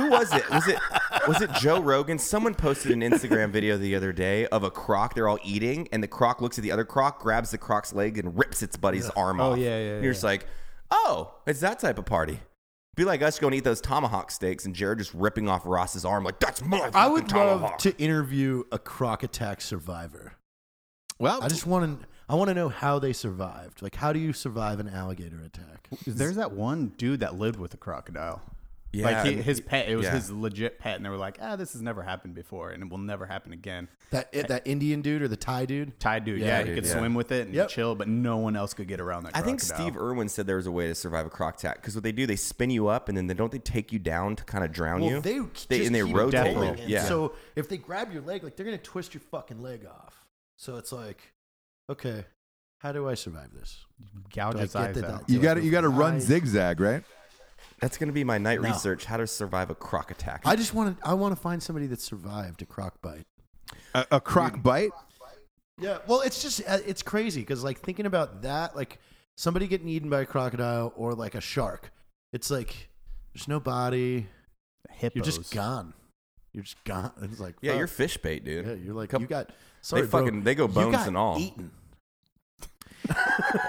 S3: Who was it? Was it was it Joe Rogan? Someone posted an Instagram video the other day of a croc. They're all eating, and the croc looks at the other croc, grabs the croc's leg, and rips its buddy's arm off.
S5: yeah, yeah,
S3: And you're just like, "Oh, it's that type of party." Be like us going to eat those tomahawk steaks, and Jared just ripping off Ross's arm like that's my.
S4: I would
S3: fucking tomahawk.
S4: love to interview a croc attack survivor.
S2: well,
S4: I just want to. I want to know how they survived. Like, how do you survive an alligator attack?
S5: There's that one dude that lived with a crocodile. like he,
S3: and-
S5: his pet, it was
S3: yeah.
S5: his legit pet, and they were like, "Ah, this has never happened before, and it will never happen again."
S4: That that Indian dude or the Thai dude?
S5: Thai dude,
S4: Yeah,
S5: yeah,
S4: dude,
S5: he could
S3: yeah.
S5: swim with it and
S4: Yep.
S5: chill, but no one else could get around that.
S3: I think
S5: crocodile.
S3: Steve Irwin said there was a way to survive a croc attack because what they do, they spin you up and then they don't they take you down to kind of drown
S4: Well,
S3: you.
S4: they, just
S3: and they
S4: keep
S3: rotate
S5: death
S3: you.
S4: rolling.
S3: Yeah.
S4: So if they grab your leg, like they're gonna twist your fucking leg off. So it's like, okay, how do I survive this?
S5: gouge
S4: Do I
S5: his
S4: get
S5: eyes
S4: the-
S5: out.
S2: you got to you got to
S4: I-
S2: run zigzag, right?
S3: that's gonna be my night
S4: No.
S3: research: how to survive a croc attack.
S4: I just want to. I want to find somebody that survived a croc bite.
S2: A, a croc bite.
S4: Yeah. Well, it's just uh, it's crazy because like thinking about that, like somebody getting eaten by a crocodile or like a shark, it's like there's no body. You're just gone. You're just gone. It's like
S3: yeah,
S4: fuck.
S3: you're fish bait, dude.
S4: uh, Yeah, you're like
S3: Come-
S4: you got. Sorry,
S3: they
S4: bro.
S3: fucking they go
S4: You
S3: bones
S4: got
S3: and all.
S4: Eaten.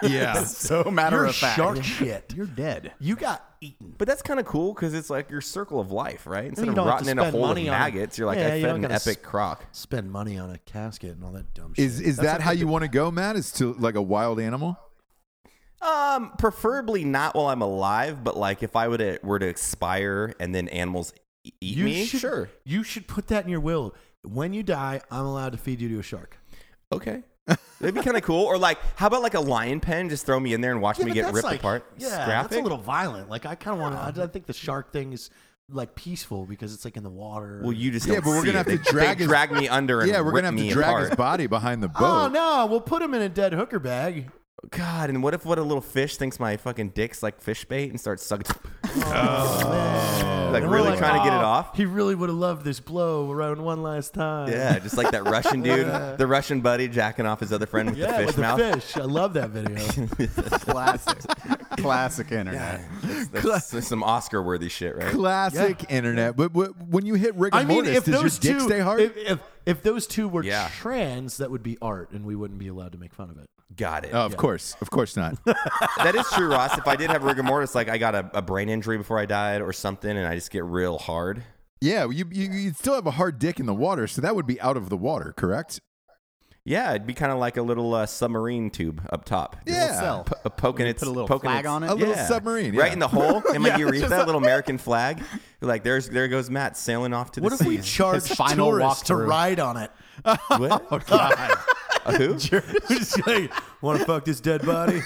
S2: Yeah.
S5: So matter
S4: You're
S5: of fact,
S4: shark shit.
S5: you're dead.
S4: You got eaten.
S3: But that's kind of cool because it's like your circle of life, right? Instead
S4: you
S3: of
S4: don't have
S3: rotting
S4: to
S3: in a
S4: spend
S3: hole of
S4: money on it.
S3: maggots, you're like,
S4: Yeah,
S3: I
S4: you
S3: fed
S4: don't
S3: an
S4: gotta
S3: epic
S4: s-
S3: croc.
S4: Spend money on a casket and all that dumb shit.
S2: Is is that how you want to go, Matt? Is to like a wild animal?
S3: Um, preferably not while I'm alive, but like if I were to were to expire and then animals e- eat me,
S4: should,
S3: sure,
S4: You should put that in your will. When you die, I'm allowed to feed you to a shark.
S3: okay. That'd be kind of cool. Or like, how about like a lion pen? Just throw me in there and watch me get ripped apart.
S4: Yeah,
S3: It's
S4: that's a
S3: graphic.
S4: little violent. Like I kind of want to. I, I think the shark thing is like peaceful because it's like in the water.
S3: Well, you just
S2: Yeah,
S3: don't
S2: but we're
S3: see
S2: gonna
S3: it.
S2: have to
S3: They-
S2: drag
S3: they
S2: his-
S3: drag me under and
S2: Yeah, we're
S3: rip
S2: gonna have
S3: me
S2: to drag
S3: apart.
S2: his body behind the boat.
S4: Oh no! We'll put him in a dead hooker bag.
S3: God, and what if what a little fish thinks my fucking dick's like fish bait and starts sucking? like
S4: And we're
S3: really trying to get it
S4: "Oh,
S3: off.
S4: He really would have loved this blow around one last time.
S3: Yeah, just like that Russian dude, the Russian buddy jacking off his other friend with
S4: yeah,
S3: the fish
S4: with the
S3: mouth.
S4: fish. I love that video.
S5: Classic, classic internet.
S3: That's, that's some Oscar-worthy shit, right?
S2: Classic internet. But, but when you hit rigor
S4: I mean,
S2: mortis,
S4: if
S2: does
S4: those
S2: your dick
S4: two,
S2: stay hard?
S4: If, if if those two were
S3: Yeah.
S4: trans, that would be art, and we wouldn't be allowed to make fun of it.
S3: Got it.
S2: Oh,
S4: Um.
S2: of course, of course not.
S3: that is true, Ross. If I did have rigor mortis, like I got a, a brain injury before I died or something, and I just get real hard.
S2: yeah, you, you you'd still have a hard dick in the water, so that would be out of the water, correct?
S3: Yeah, it'd be kind of like a little uh, submarine tube up top. Just
S2: Yeah.
S5: Cell.
S3: p- uh, poking its
S5: put a little
S3: poking
S5: flag
S3: its-
S5: on it.
S2: A little submarine, yeah.
S3: right in the hole in my urethra, little American flag. Like there's there goes Matt sailing off to the
S4: What if we
S3: seas.
S4: charge
S5: final
S4: tourists to
S5: walkthrough.
S4: ride on it?
S3: What? A who?
S4: Just like, want to fuck this dead body?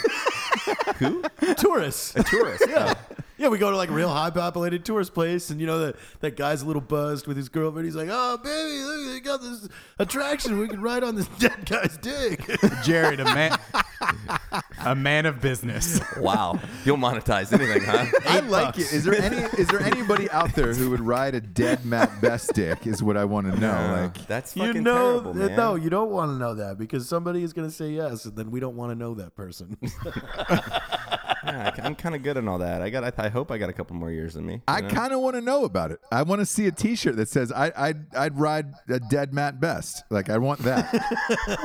S3: who?
S4: tourists.
S3: Tourist. Yeah.
S4: yeah, we go to like a real high populated tourist place, and you know that that guy's a little buzzed with his girlfriend. He's like, "Oh, baby, look, they got this attraction. We can ride on this dead guy's dick."
S5: Jared, a man, a man of business.
S3: Oh, Wow. You'll monetize anything, huh?
S2: I like it. Is there any is there anybody out there who would ride a dead Matt Best dick? Is what I want to know. Like
S3: Uh, That's
S4: you
S3: fucking
S4: know,
S3: terrible,
S4: that-
S3: man.
S4: no, you don't want to know that because somebody is going to say yes, and then we don't want to know that person.
S3: Yeah, I- I'm kind of good in all that. I got. I, I hope I got a couple more years in me.
S2: I kind of want to know about it. I want to see a T-shirt that says I, "I'd I'd ride a dead Matt Best." Like I want that.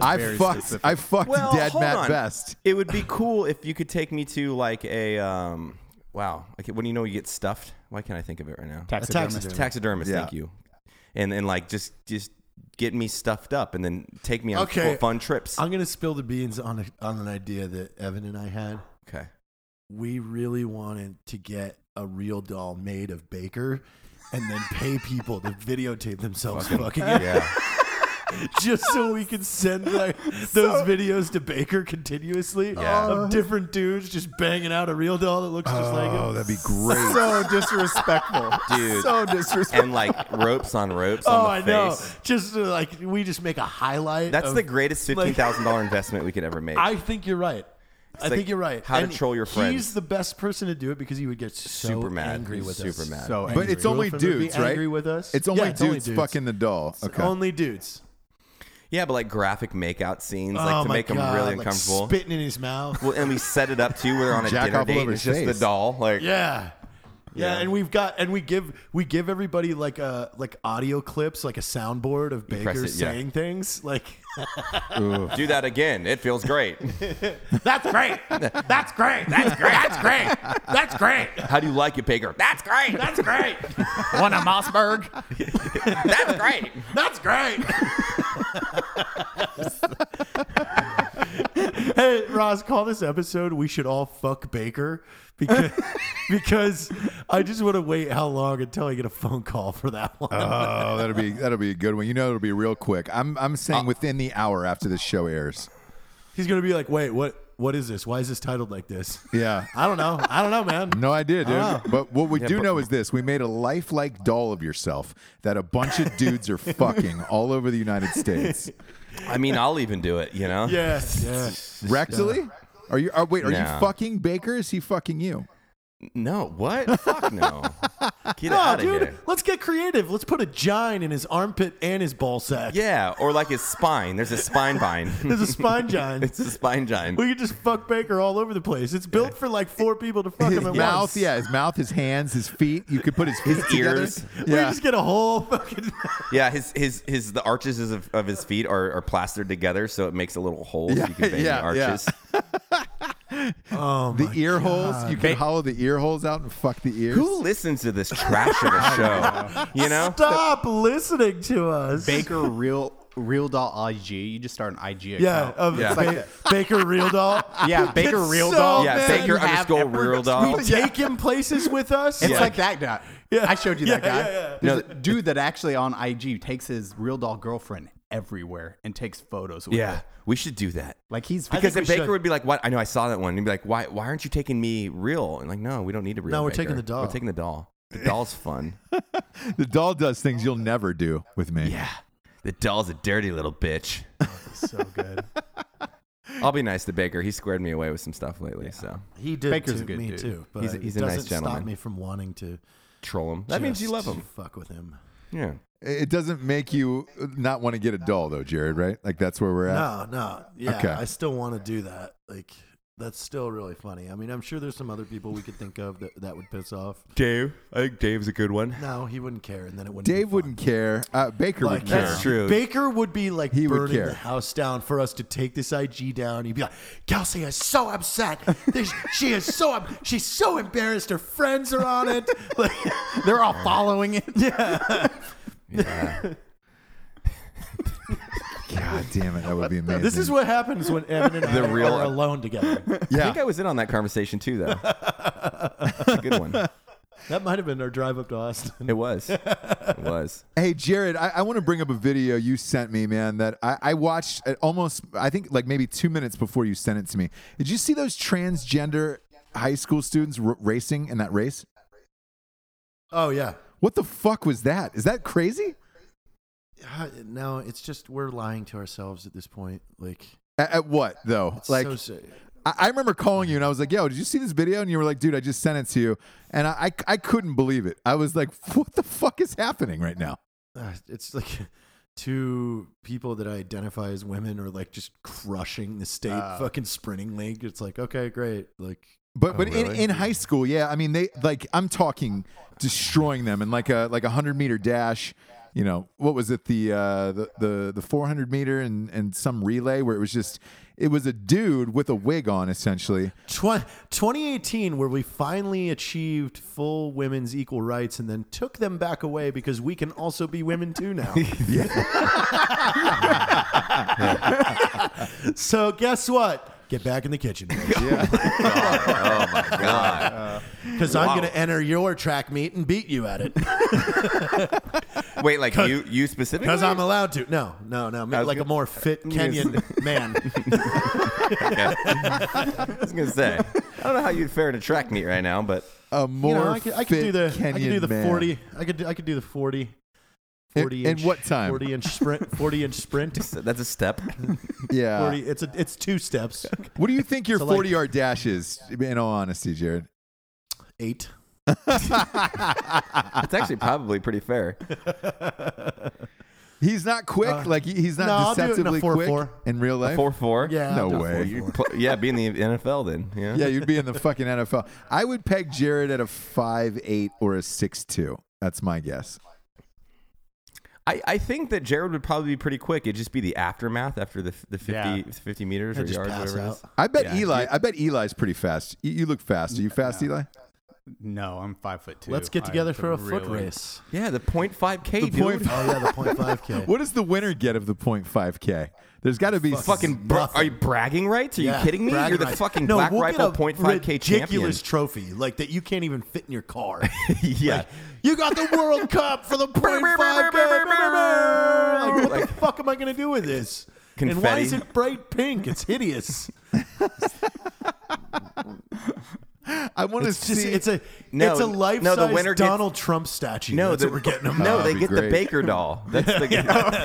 S2: I fucked I fucked
S3: well,
S2: dead
S3: hold
S2: Matt
S3: on.
S2: Best.
S3: It would be cool if you could take me to like a um. Wow. Like when you know you get stuffed. Why can't I think of it right now?
S5: Taxidermist.
S3: Taxidermist.
S2: Yeah.
S3: Thank you. And and like just just get me stuffed up and then take me on
S4: Okay.
S3: fu- fun trips.
S4: I'm going to spill the beans on a, on an idea that Evan and I had.
S3: okay.
S4: We really wanted to get a real doll made of Baker. And then pay people to videotape themselves fucking it.
S3: Yeah.
S4: just so we can send like those videos to Baker continuously
S3: Yeah. Uh-huh.
S4: of different dudes just banging out a real doll that looks just like
S2: Oh,
S4: him.
S2: that'd be great.
S5: So disrespectful,
S3: Dude.
S5: So disrespectful.
S3: and like ropes on ropes.
S4: Oh,
S3: on the
S4: I
S3: face.
S4: know. Just uh, like we just make a highlight.
S3: That's
S4: of-
S3: the greatest fifteen thousand dollar investment we could ever make.
S4: I think you're right. I
S3: like
S4: think you're right.
S3: how to troll your
S4: He's
S3: friends.
S4: the best person to do it because he would get so
S3: super mad.
S4: angry with
S3: super
S4: us.
S3: mad.
S5: So,
S2: but it's only
S4: Girlfriend would be
S2: dudes, right?
S4: angry with us?
S2: It's only
S4: Yeah, it's
S2: dudes
S4: only dudes.
S2: fucking the doll. Okay.
S4: Only dudes.
S3: yeah, but like graphic makeout scenes, like
S4: oh
S3: to
S4: my
S3: make
S4: God,
S3: them really
S4: like
S3: uncomfortable.
S4: spitting in his mouth.
S3: Well, and we set it up too. We're on a
S2: Jack
S3: dinner
S2: off all
S3: date.
S2: over
S3: It's just the
S2: his face.
S3: doll. Like,
S4: Yeah. Yeah, and we've got and we give we give everybody like a like audio clips, like a soundboard of
S3: press
S4: Baker
S3: it, yeah.
S4: saying things. Like
S3: do that again. It feels great.
S4: that's great. That's great. That's great. That's great. That's great.
S3: How do you like it, Baker? That's great.
S4: That's great.
S5: one of Mossberg.
S3: That's great.
S4: That's great. hey, Ross, call this episode "We Should All Fuck Baker" because because I just want to wait how long until I get a phone call for that one.
S2: Oh, that'll be that'll be a good one. You know, it'll be real quick. I'm I'm saying within the hour after this show airs.
S4: He's gonna be like, "Wait, what? What is this? Why is this titled like this?"
S2: Yeah.
S4: I don't know. I don't know, man.
S2: No idea, dude.
S4: Ah.
S2: But what we do know is this: we made a lifelike doll of yourself that a bunch of dudes are fucking all over the United States.
S3: I mean, I'll even do it. You know.
S4: Yeah, yeah.
S2: Rectally? Are you? Are, wait, are
S3: No.
S2: you fucking Baker? Is he fucking you?
S3: No. What? Fuck no. Get
S4: No,
S3: out of
S4: dude,
S3: here.
S4: let's get creative. Let's put a gine in his armpit and his ball sack.
S3: Yeah, or like his spine. There's a spine vine.
S4: There's a spine gine.
S3: it's a spine giant.
S4: we could just fuck Baker all over the place. It's built for like four people to fuck
S2: His
S4: him at
S2: mouth,
S4: once.
S2: yeah, his mouth, his hands, his feet. You could put his feet together.
S3: ears.
S4: We
S2: Yeah.
S4: just get a whole fucking.
S3: Yeah, his his his the arches is of, of his feet are, are plastered together, so it makes a little hole so you can bang
S2: yeah,
S3: the
S2: yeah.
S3: arches.
S4: Oh
S2: the ear holes. You can hollow the ear holes out and fuck the ears.
S3: Who listens to this trash of a show? you know,
S4: Stop listening to us.
S5: Baker real real doll IG. You just start an IG account.
S4: Yeah, of
S3: Yeah.
S4: Ba- Baker Real Doll.
S5: Yeah, Baker
S4: It's
S5: real
S4: so
S5: doll.
S3: yeah,
S4: man,
S3: Baker
S5: you have
S3: underscore
S5: every-
S3: real doll.
S4: We take him places with us.
S5: It's
S3: Yeah.
S5: like that guy.
S4: Yeah.
S5: I showed you that
S4: Yeah,
S5: guy.
S4: yeah, yeah.
S5: There's a dude that actually on IG takes his real doll girlfriend everywhere and takes photos with
S3: Yeah,
S5: her.
S3: we should do that.
S5: Like he's
S3: Because then
S4: think we
S3: Baker
S4: should.
S3: would be like, "What? I know I saw that one." And he'd be like, "Why? Why aren't you taking me real?" And like, "No, we don't need a real."
S4: No, we're
S3: Baker.
S4: taking the doll."
S3: We're taking the doll. The doll's fun.
S2: The doll does things you'll never do with me.
S3: yeah, the doll's a dirty little bitch.
S4: so good.
S3: I'll be nice to Baker. He squared me away with some stuff lately, so
S4: He did
S5: Baker's
S4: to
S5: a good
S4: me
S5: dude.
S4: too, but
S3: He's a- he's a
S4: it
S3: nice
S4: doesn't stop
S3: gentleman.
S4: me from wanting to.
S3: troll him. That means you love
S4: just
S3: him.
S4: Fuck with him.
S3: Yeah.
S2: It doesn't make you not want to get a doll though, Jared. Right? Like that's where we're at.
S4: No, no. Yeah,
S2: Okay.
S4: I still want to do that. Like that's still really funny. I mean, I'm sure there's some other people we could think of that that would piss off.
S3: Dave. I think Dave's a good one.
S4: No, he wouldn't care, and then it wouldn't. be
S2: Dave
S4: fun.
S2: wouldn't care. Uh, Baker
S4: Like,
S2: would care.
S3: That's true.
S4: Baker would be like
S2: He would
S4: burning
S2: care.
S4: the house down for us to take this IG down. He'd be like, Kelsey is so upset. This- she is so up- she's so embarrassed. Her friends are on it. Like,
S5: they're all following it.
S3: Yeah.
S2: God damn it, that would be amazing.
S4: this is what happens when Evan and I
S3: real-
S4: are alone together.
S3: I
S2: Yeah.
S3: think I was in on that conversation too, though. That's a good one.
S4: That might have been our drive up to Austin.
S3: It was. It was.
S2: Hey Jared, I, I want to bring up a video you sent me, man. That I, I watched at almost, I think like maybe two minutes before you sent it to me. Did you see those transgender high school students r- racing in that race?
S4: Oh yeah.
S2: What the fuck was that? Is that crazy?
S4: Uh, No, it's just we're lying to ourselves at this point. Like,
S2: At, at what though?
S4: it's
S2: like
S4: so sick.
S2: I, I remember calling you and I was like, "Yo, did you see this video?" And you were like, "Dude, I just sent it to you," and I I, I couldn't believe it. I was like, "What the fuck is happening right now?"
S4: uh, it's like two people that I identify as women are like just crushing the state fucking sprinting league. It's like, okay, great. Like,
S2: But but in,
S4: Oh, really?
S2: in high school, yeah, I mean they like I'm talking destroying them in like a like a hundred meter dash. You know what was it the uh, the the the 400 meter and and some relay where it was just it was a dude with a wig on essentially.
S4: Tw- 2018, where we finally achieved full women's equal rights and then took them back away because we can also be women too now. so, guess what? Get back in the kitchen.
S3: God.
S4: Because I'm going to enter your track meet and beat you at it.
S3: Wait, like you you specifically?
S4: Because I'm allowed to. No, no, no.
S3: I was
S4: Like a
S3: gonna-
S4: more fit Kenyan man.
S3: I was gonna say. I don't know how you'd fare in a track meet right now, but
S2: A more
S4: you know, I could, I
S2: fit
S4: could do the I could
S2: Kenyan
S4: do the
S2: man.
S4: forty. I could do, I could do the forty.
S2: In-
S4: 40
S2: in
S4: inch,
S2: what time?
S4: Forty inch sprint. Forty inch sprint.
S3: that's a step.
S2: Yeah.
S4: Forty. It's a, it's two steps.
S2: What do you think your
S4: So, like-
S2: 40 yard dash is? In all honesty, Jared.
S4: Eight.
S3: It's actually probably pretty fair.
S2: He's not quick. like he- he's not
S4: Uh, no, I'll do it in a
S2: deceptively
S4: four,
S2: quick
S4: four.
S2: in real life.
S3: Four four.
S4: Yeah.
S2: No
S4: I'll do
S2: way.
S4: four,
S3: You
S4: four.
S3: pl- yeah, be in the NFL then. Yeah.
S2: Yeah, you'd be in the fucking NFL. I would peg Jared at a five eight or a six two. That's my guess.
S3: I, I think that Jared would probably be pretty quick. It'd just be the aftermath after the the 50,
S5: Yeah.
S3: 50 meters or
S4: Just
S3: yards,
S4: pass
S3: whatever it
S4: out.
S3: is.
S2: I bet Eli. I bet Eli's pretty fast. You, you look fast. Are you fast, Eli?
S5: No, I'm five foot two.
S4: Let's get
S5: I
S4: together for a foot
S5: really-
S4: race.
S3: Yeah, the point five k, dude.
S2: point
S4: Oh yeah, the point five k.
S2: What does the winner get of the 0.5 k? There's got to be
S3: fucking bra- are you bragging rights? Are you kidding me? You're the fucking
S4: no,
S3: Black
S4: we'll
S3: Rifle
S4: get a
S3: point five k champion.
S4: ridiculous trophy like that you can't even fit in your car.
S3: yeah.
S4: you got the World Cup for the point five k. Like, what
S3: Like-
S4: the fuck am I gonna do with this? And why
S3: Confetti.
S4: is it bright pink? It's hideous.
S2: I want to
S4: It's
S2: see.
S4: just it's a
S3: No,
S4: it's a
S3: no, the
S4: life size
S3: winner gets-
S4: Donald Trump statue.
S3: No,
S4: No, that's
S3: the-
S4: what we're getting them.
S3: No, they
S2: That'd be
S3: get the
S2: great.
S3: Baker doll. That's the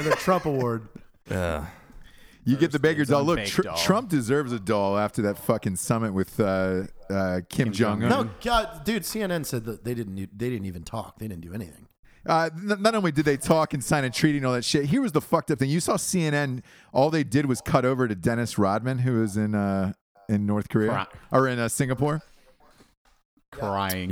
S4: the Trump Award.
S2: you get the Baker doll. Look,
S5: fake
S2: tr-
S5: doll.
S2: Trump deserves a doll after that fucking summit with uh, uh, Kim, Jong Un.
S3: Mm.
S4: No, God, dude, CNN said that they didn't e, they didn't even talk. They didn't do anything.
S2: Uh, n- not only did they talk and sign a treaty and all that shit, here was the fucked up thing. You saw CNN. All they did was cut over to Dennis Rodman, who was in uh, in North Korea
S5: Right.
S2: or in uh, Singapore.
S5: Crying.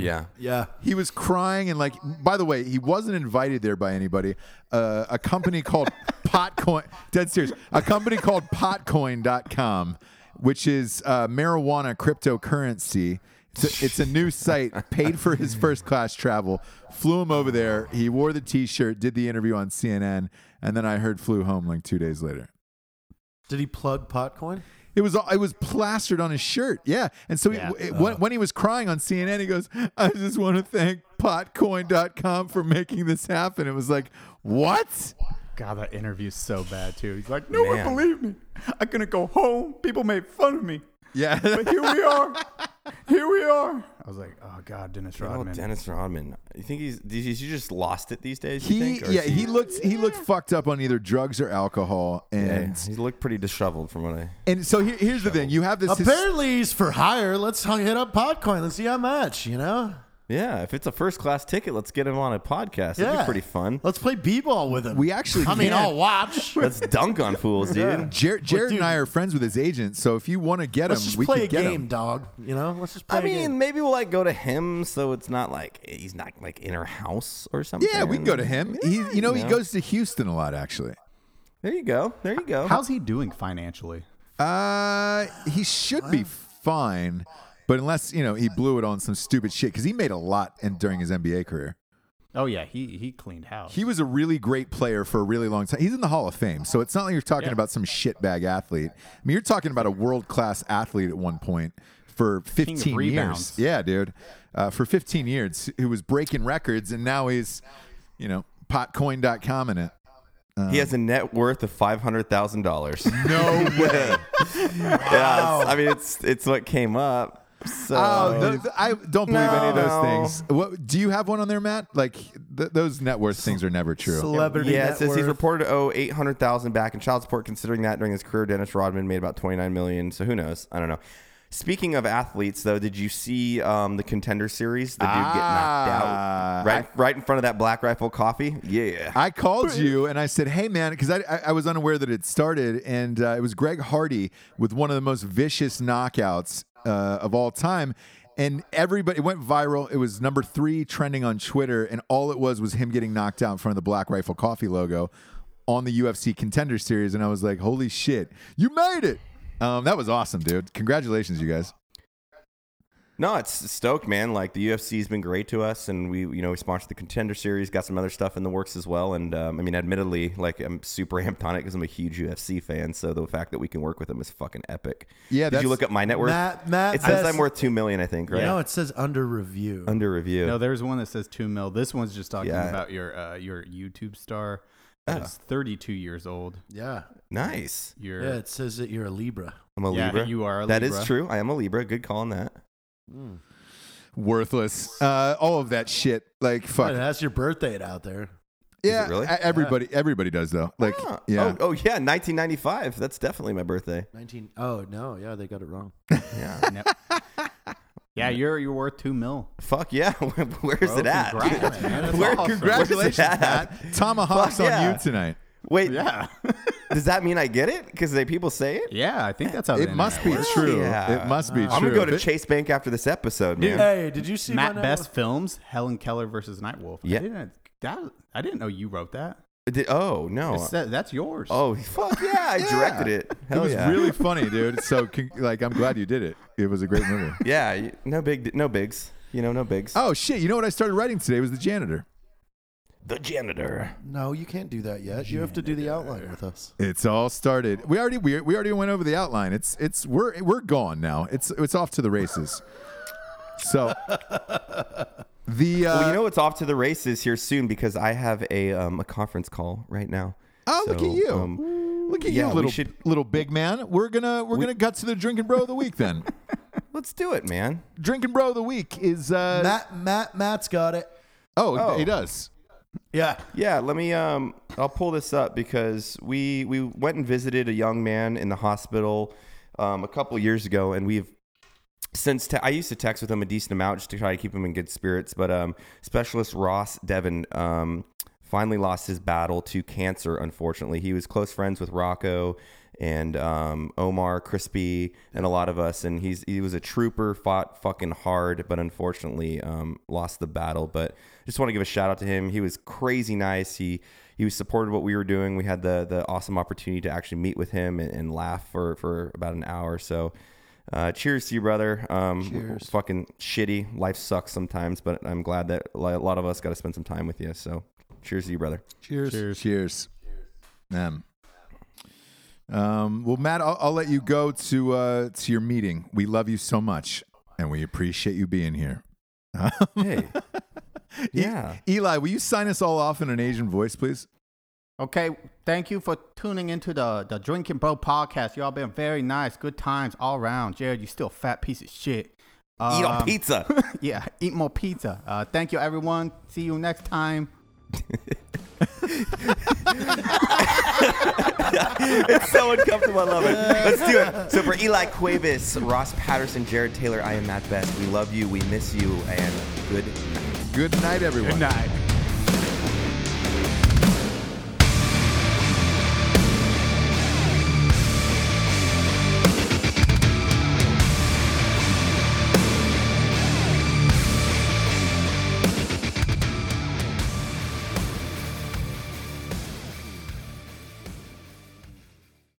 S3: yeah.
S4: Yeah,
S2: He was crying and like. By the way, he wasn't invited there by anybody. Uh, a company called Potcoin. Dead serious. A company called Potcoin.com, which is uh, marijuana cryptocurrency. It's a, it's a new site. Paid for his first class travel. Flew him over there. He wore the T-shirt. Did the interview on CNN, and then I heard flew home like two days later.
S4: did he plug Potcoin?
S2: It was it was plastered on his shirt. Yeah, and so he-
S5: Yeah.
S2: it- when, when he was crying on CNN, he goes, "I just want to thank Potcoin.com for making this happen." It was like, what?
S5: God, that interview's so bad too. He's like, no
S3: Man.
S5: one believed me. I couldn't go home. People made fun of me.
S2: Yeah,
S5: But here we are. here we are. I was like, oh God, Dennis
S3: Oh,
S5: Rodman.
S3: Dennis Rodman. You think he's he's he just lost it these days? you
S2: he
S3: think, or is
S2: yeah he looked he looked fucked up on either drugs or alcohol,
S3: Yeah,
S2: and
S3: he looked pretty disheveled from what I.
S2: and so here, here's the thing: you have this. hys-
S4: Apparently, he's for hire. Let's hu- hit up Potcoin. Let's see how much. You know,
S3: Yeah, if it's a first class ticket, let's get him on a podcast. That'd
S4: yeah,
S3: be pretty fun.
S4: Let's play b-ball with him.
S2: We actually
S4: I mean,
S2: can't.
S4: I'll watch.
S3: Let's dunk on fools, dude.
S2: Jared, Jared
S4: dude-
S2: and I are friends with his agent, so if you want to get
S4: Let's
S2: him,
S4: just
S2: we
S4: play a
S2: could get
S4: game,
S2: him.
S4: dog. You know, let's just play.
S3: I
S4: a game.
S3: mean, maybe we'll like go to him, so it's not like he's not like in our house or something.
S2: Yeah, we can go to him. He, you know, he
S3: Yeah.
S2: goes to Houston a lot, actually.
S3: There you go. There you go.
S5: How's he doing financially?
S2: Uh, he should be fine, but unless you know he blew it on some stupid shit because he made a lot in, during his NBA career.
S5: Oh yeah, he he cleaned house.
S2: He was a really great player for a really long time. He's in the Hall of Fame, so it's not like you're talking about some shitbag athlete. I mean, you're talking about a world class athlete at one point for 15 years.
S5: rebounds.
S2: Yeah, dude, uh, for 15 years, who was breaking records, and now he's, you know, potcoin.com in it.
S3: he has a net worth of five hundred thousand dollars.
S2: No way.
S3: Yeah, it's- I mean, it's it's what came up. So
S2: Oh, th- th- I don't believe any of those
S3: No.
S2: things. What, do you have one on there, Matt? Like th- those net worth things are never true.
S4: Celebrity.
S3: yeah, it
S4: net
S3: says he's
S4: worth.
S3: reported to owe eight hundred thousand back in child support. Considering that during his career, Dennis Rodman made about twenty nine million. So who knows? I don't know. Speaking of athletes, though, did you see um, the Contender Series? The dude get knocked
S2: Ah,
S3: out right, right in front of that Black Rifle coffee. Yeah,
S2: I called you and I said, "Hey, man," because I, I I was unaware that it started, and uh, it was Greg Hardy with one of the most vicious knockouts uh, of all time, and everybody it went viral. It was number three trending on Twitter, and all it was was him getting knocked out in front of the Black Rifle Coffee logo on the UFC Contender Series, and I was like, "Holy shit, you made it!" Um, that was awesome, dude. Congratulations, you guys.
S3: No, it's stoked, man. Like the UFC's been great to us, and we, you know, we sponsored the Contender Series, got some other stuff in the works as well. And um, I mean, admittedly, like I'm super amped on it because I'm a huge UFC fan. So the fact that we can work with them is fucking epic.
S2: Yeah,
S3: Did
S2: that's-
S3: you look up my net worth?
S10: Matt- Matt
S3: it says
S10: Best-
S3: I'm worth two million, I think. Right?
S10: No, it says under review.
S3: Under review.
S5: No, there's one that says two mil. This one's just talking
S3: Yeah.
S5: about your uh, your YouTube star. That's 32 years old.
S10: yeah.
S3: nice.
S5: Your
S10: Yeah, it says that you're a Libra.
S3: I'm a
S5: Yeah,
S3: Libra.
S5: you are a
S3: That is
S5: Libra.
S3: true. I am a Libra. Good call on that.
S2: Worthless. Uh, all of that shit. Like
S10: But
S2: fuck.
S10: that's your birthday it out there.
S3: Is it
S2: Yeah.
S3: really?
S2: e- Everybody. Everybody does though. Like
S3: Ah.
S2: yeah.
S3: Oh, oh yeah, 1995. That's definitely my birthday.
S10: 19. Oh, no. Yeah, they got it wrong.
S3: Yeah.
S5: Yeah, you're you're worth two mil.
S3: Fuck yeah. Where's
S5: Bro,
S3: it at?
S5: congrats, man. That's
S3: Where-
S5: awesome.
S2: Congratulations,
S3: Where's it at?
S2: Matt. Tomahawk's
S3: Fuck yeah.
S2: on you tonight.
S3: Wait,
S5: Yeah,
S3: does that mean I get it? Because people say it.
S5: yeah. I think that's how the
S2: It must be
S5: internet works.
S2: true.
S3: Yeah.
S2: It must be true.
S3: I'm gonna go to
S2: But-
S3: Chase Bank after this episode, man.
S10: Hey, did you see
S5: Matt
S10: my-
S5: Best Films, Helen Keller versus Nightwolf.
S3: Yeah.
S5: I didn't, that, I didn't know you wrote that.
S3: Did- oh no!
S5: It's that- that's yours.
S3: oh fuck yeah! I directed it.
S2: It
S3: Hell
S2: was
S3: yeah.
S2: really funny, dude. So, con- like, I'm glad you did it. It was a great movie.
S3: yeah. you- No big, no bigs. You know, no bigs.
S2: Oh shit! You know what I started writing today was the janitor.
S3: the janitor.
S10: No, you can't do that yet. You have to do the outline with us.
S2: It's all started. We already we, we already went over the outline. It's it's we're we're gone now. It's it's off to the races. So the uh,
S3: Well, you know it's off to the races here soon because I have a um, a conference call right now.
S2: oh look
S3: So,
S2: at you,
S3: um,
S2: look at
S3: yeah,
S2: you,
S3: we
S2: little
S3: should-
S2: little big man. We're gonna we're gonna gut to the drinking bro of the week then.
S3: let's do it, man.
S2: drinking bro of the week is uh
S10: Matt, Matt, Matt's got it.
S2: oh,
S3: Oh.
S2: he does.
S10: Yeah.
S3: Yeah, let me. Um, I'll pull this up because we we went and visited a young man in the hospital um, a couple years ago, and we've since te- I used to text with him a decent amount just to try to keep him in good spirits. But um, specialist Ross Devin um, finally lost his battle to cancer. Unfortunately, he was close friends with Rocco and um, Omar Crispy and a lot of us, and he's he was a trooper, fought fucking hard, but unfortunately um, lost the battle. But just want to give a shout out to him. He was crazy nice. He he was supported what we were doing. We had the the awesome opportunity to actually meet with him and, and laugh for for about an hour or so. Uh, cheers to you, brother. Um, cheers. Fucking shitty. Life sucks sometimes, but I'm glad that li- a lot of us got to spend some time with you. So, cheers to you, brother.
S10: Cheers.
S2: Cheers. Cheers. Um, um, well, Matt, I'll, I'll let you go to uh, to your meeting. We love you so much, and we appreciate you being here. E,
S3: Hey. yeah.
S2: Eli, will you sign us all off in an Asian voice, please?
S5: Okay, thank you for tuning into the the Drinking Bro podcast. Y'all been very nice, good times all around. Jared, you still fat piece of shit.
S3: Eat
S5: Um,
S3: on pizza.
S5: yeah, eat more pizza. Uh, thank you, everyone. See you next time.
S3: it's so uncomfortable. I love it. Let's do it. So, for Eli Cuevas, Ross Patterson, Jared Taylor, I am Matt Best. We love you. We miss you. And good night.
S2: Good night, everyone.
S5: night.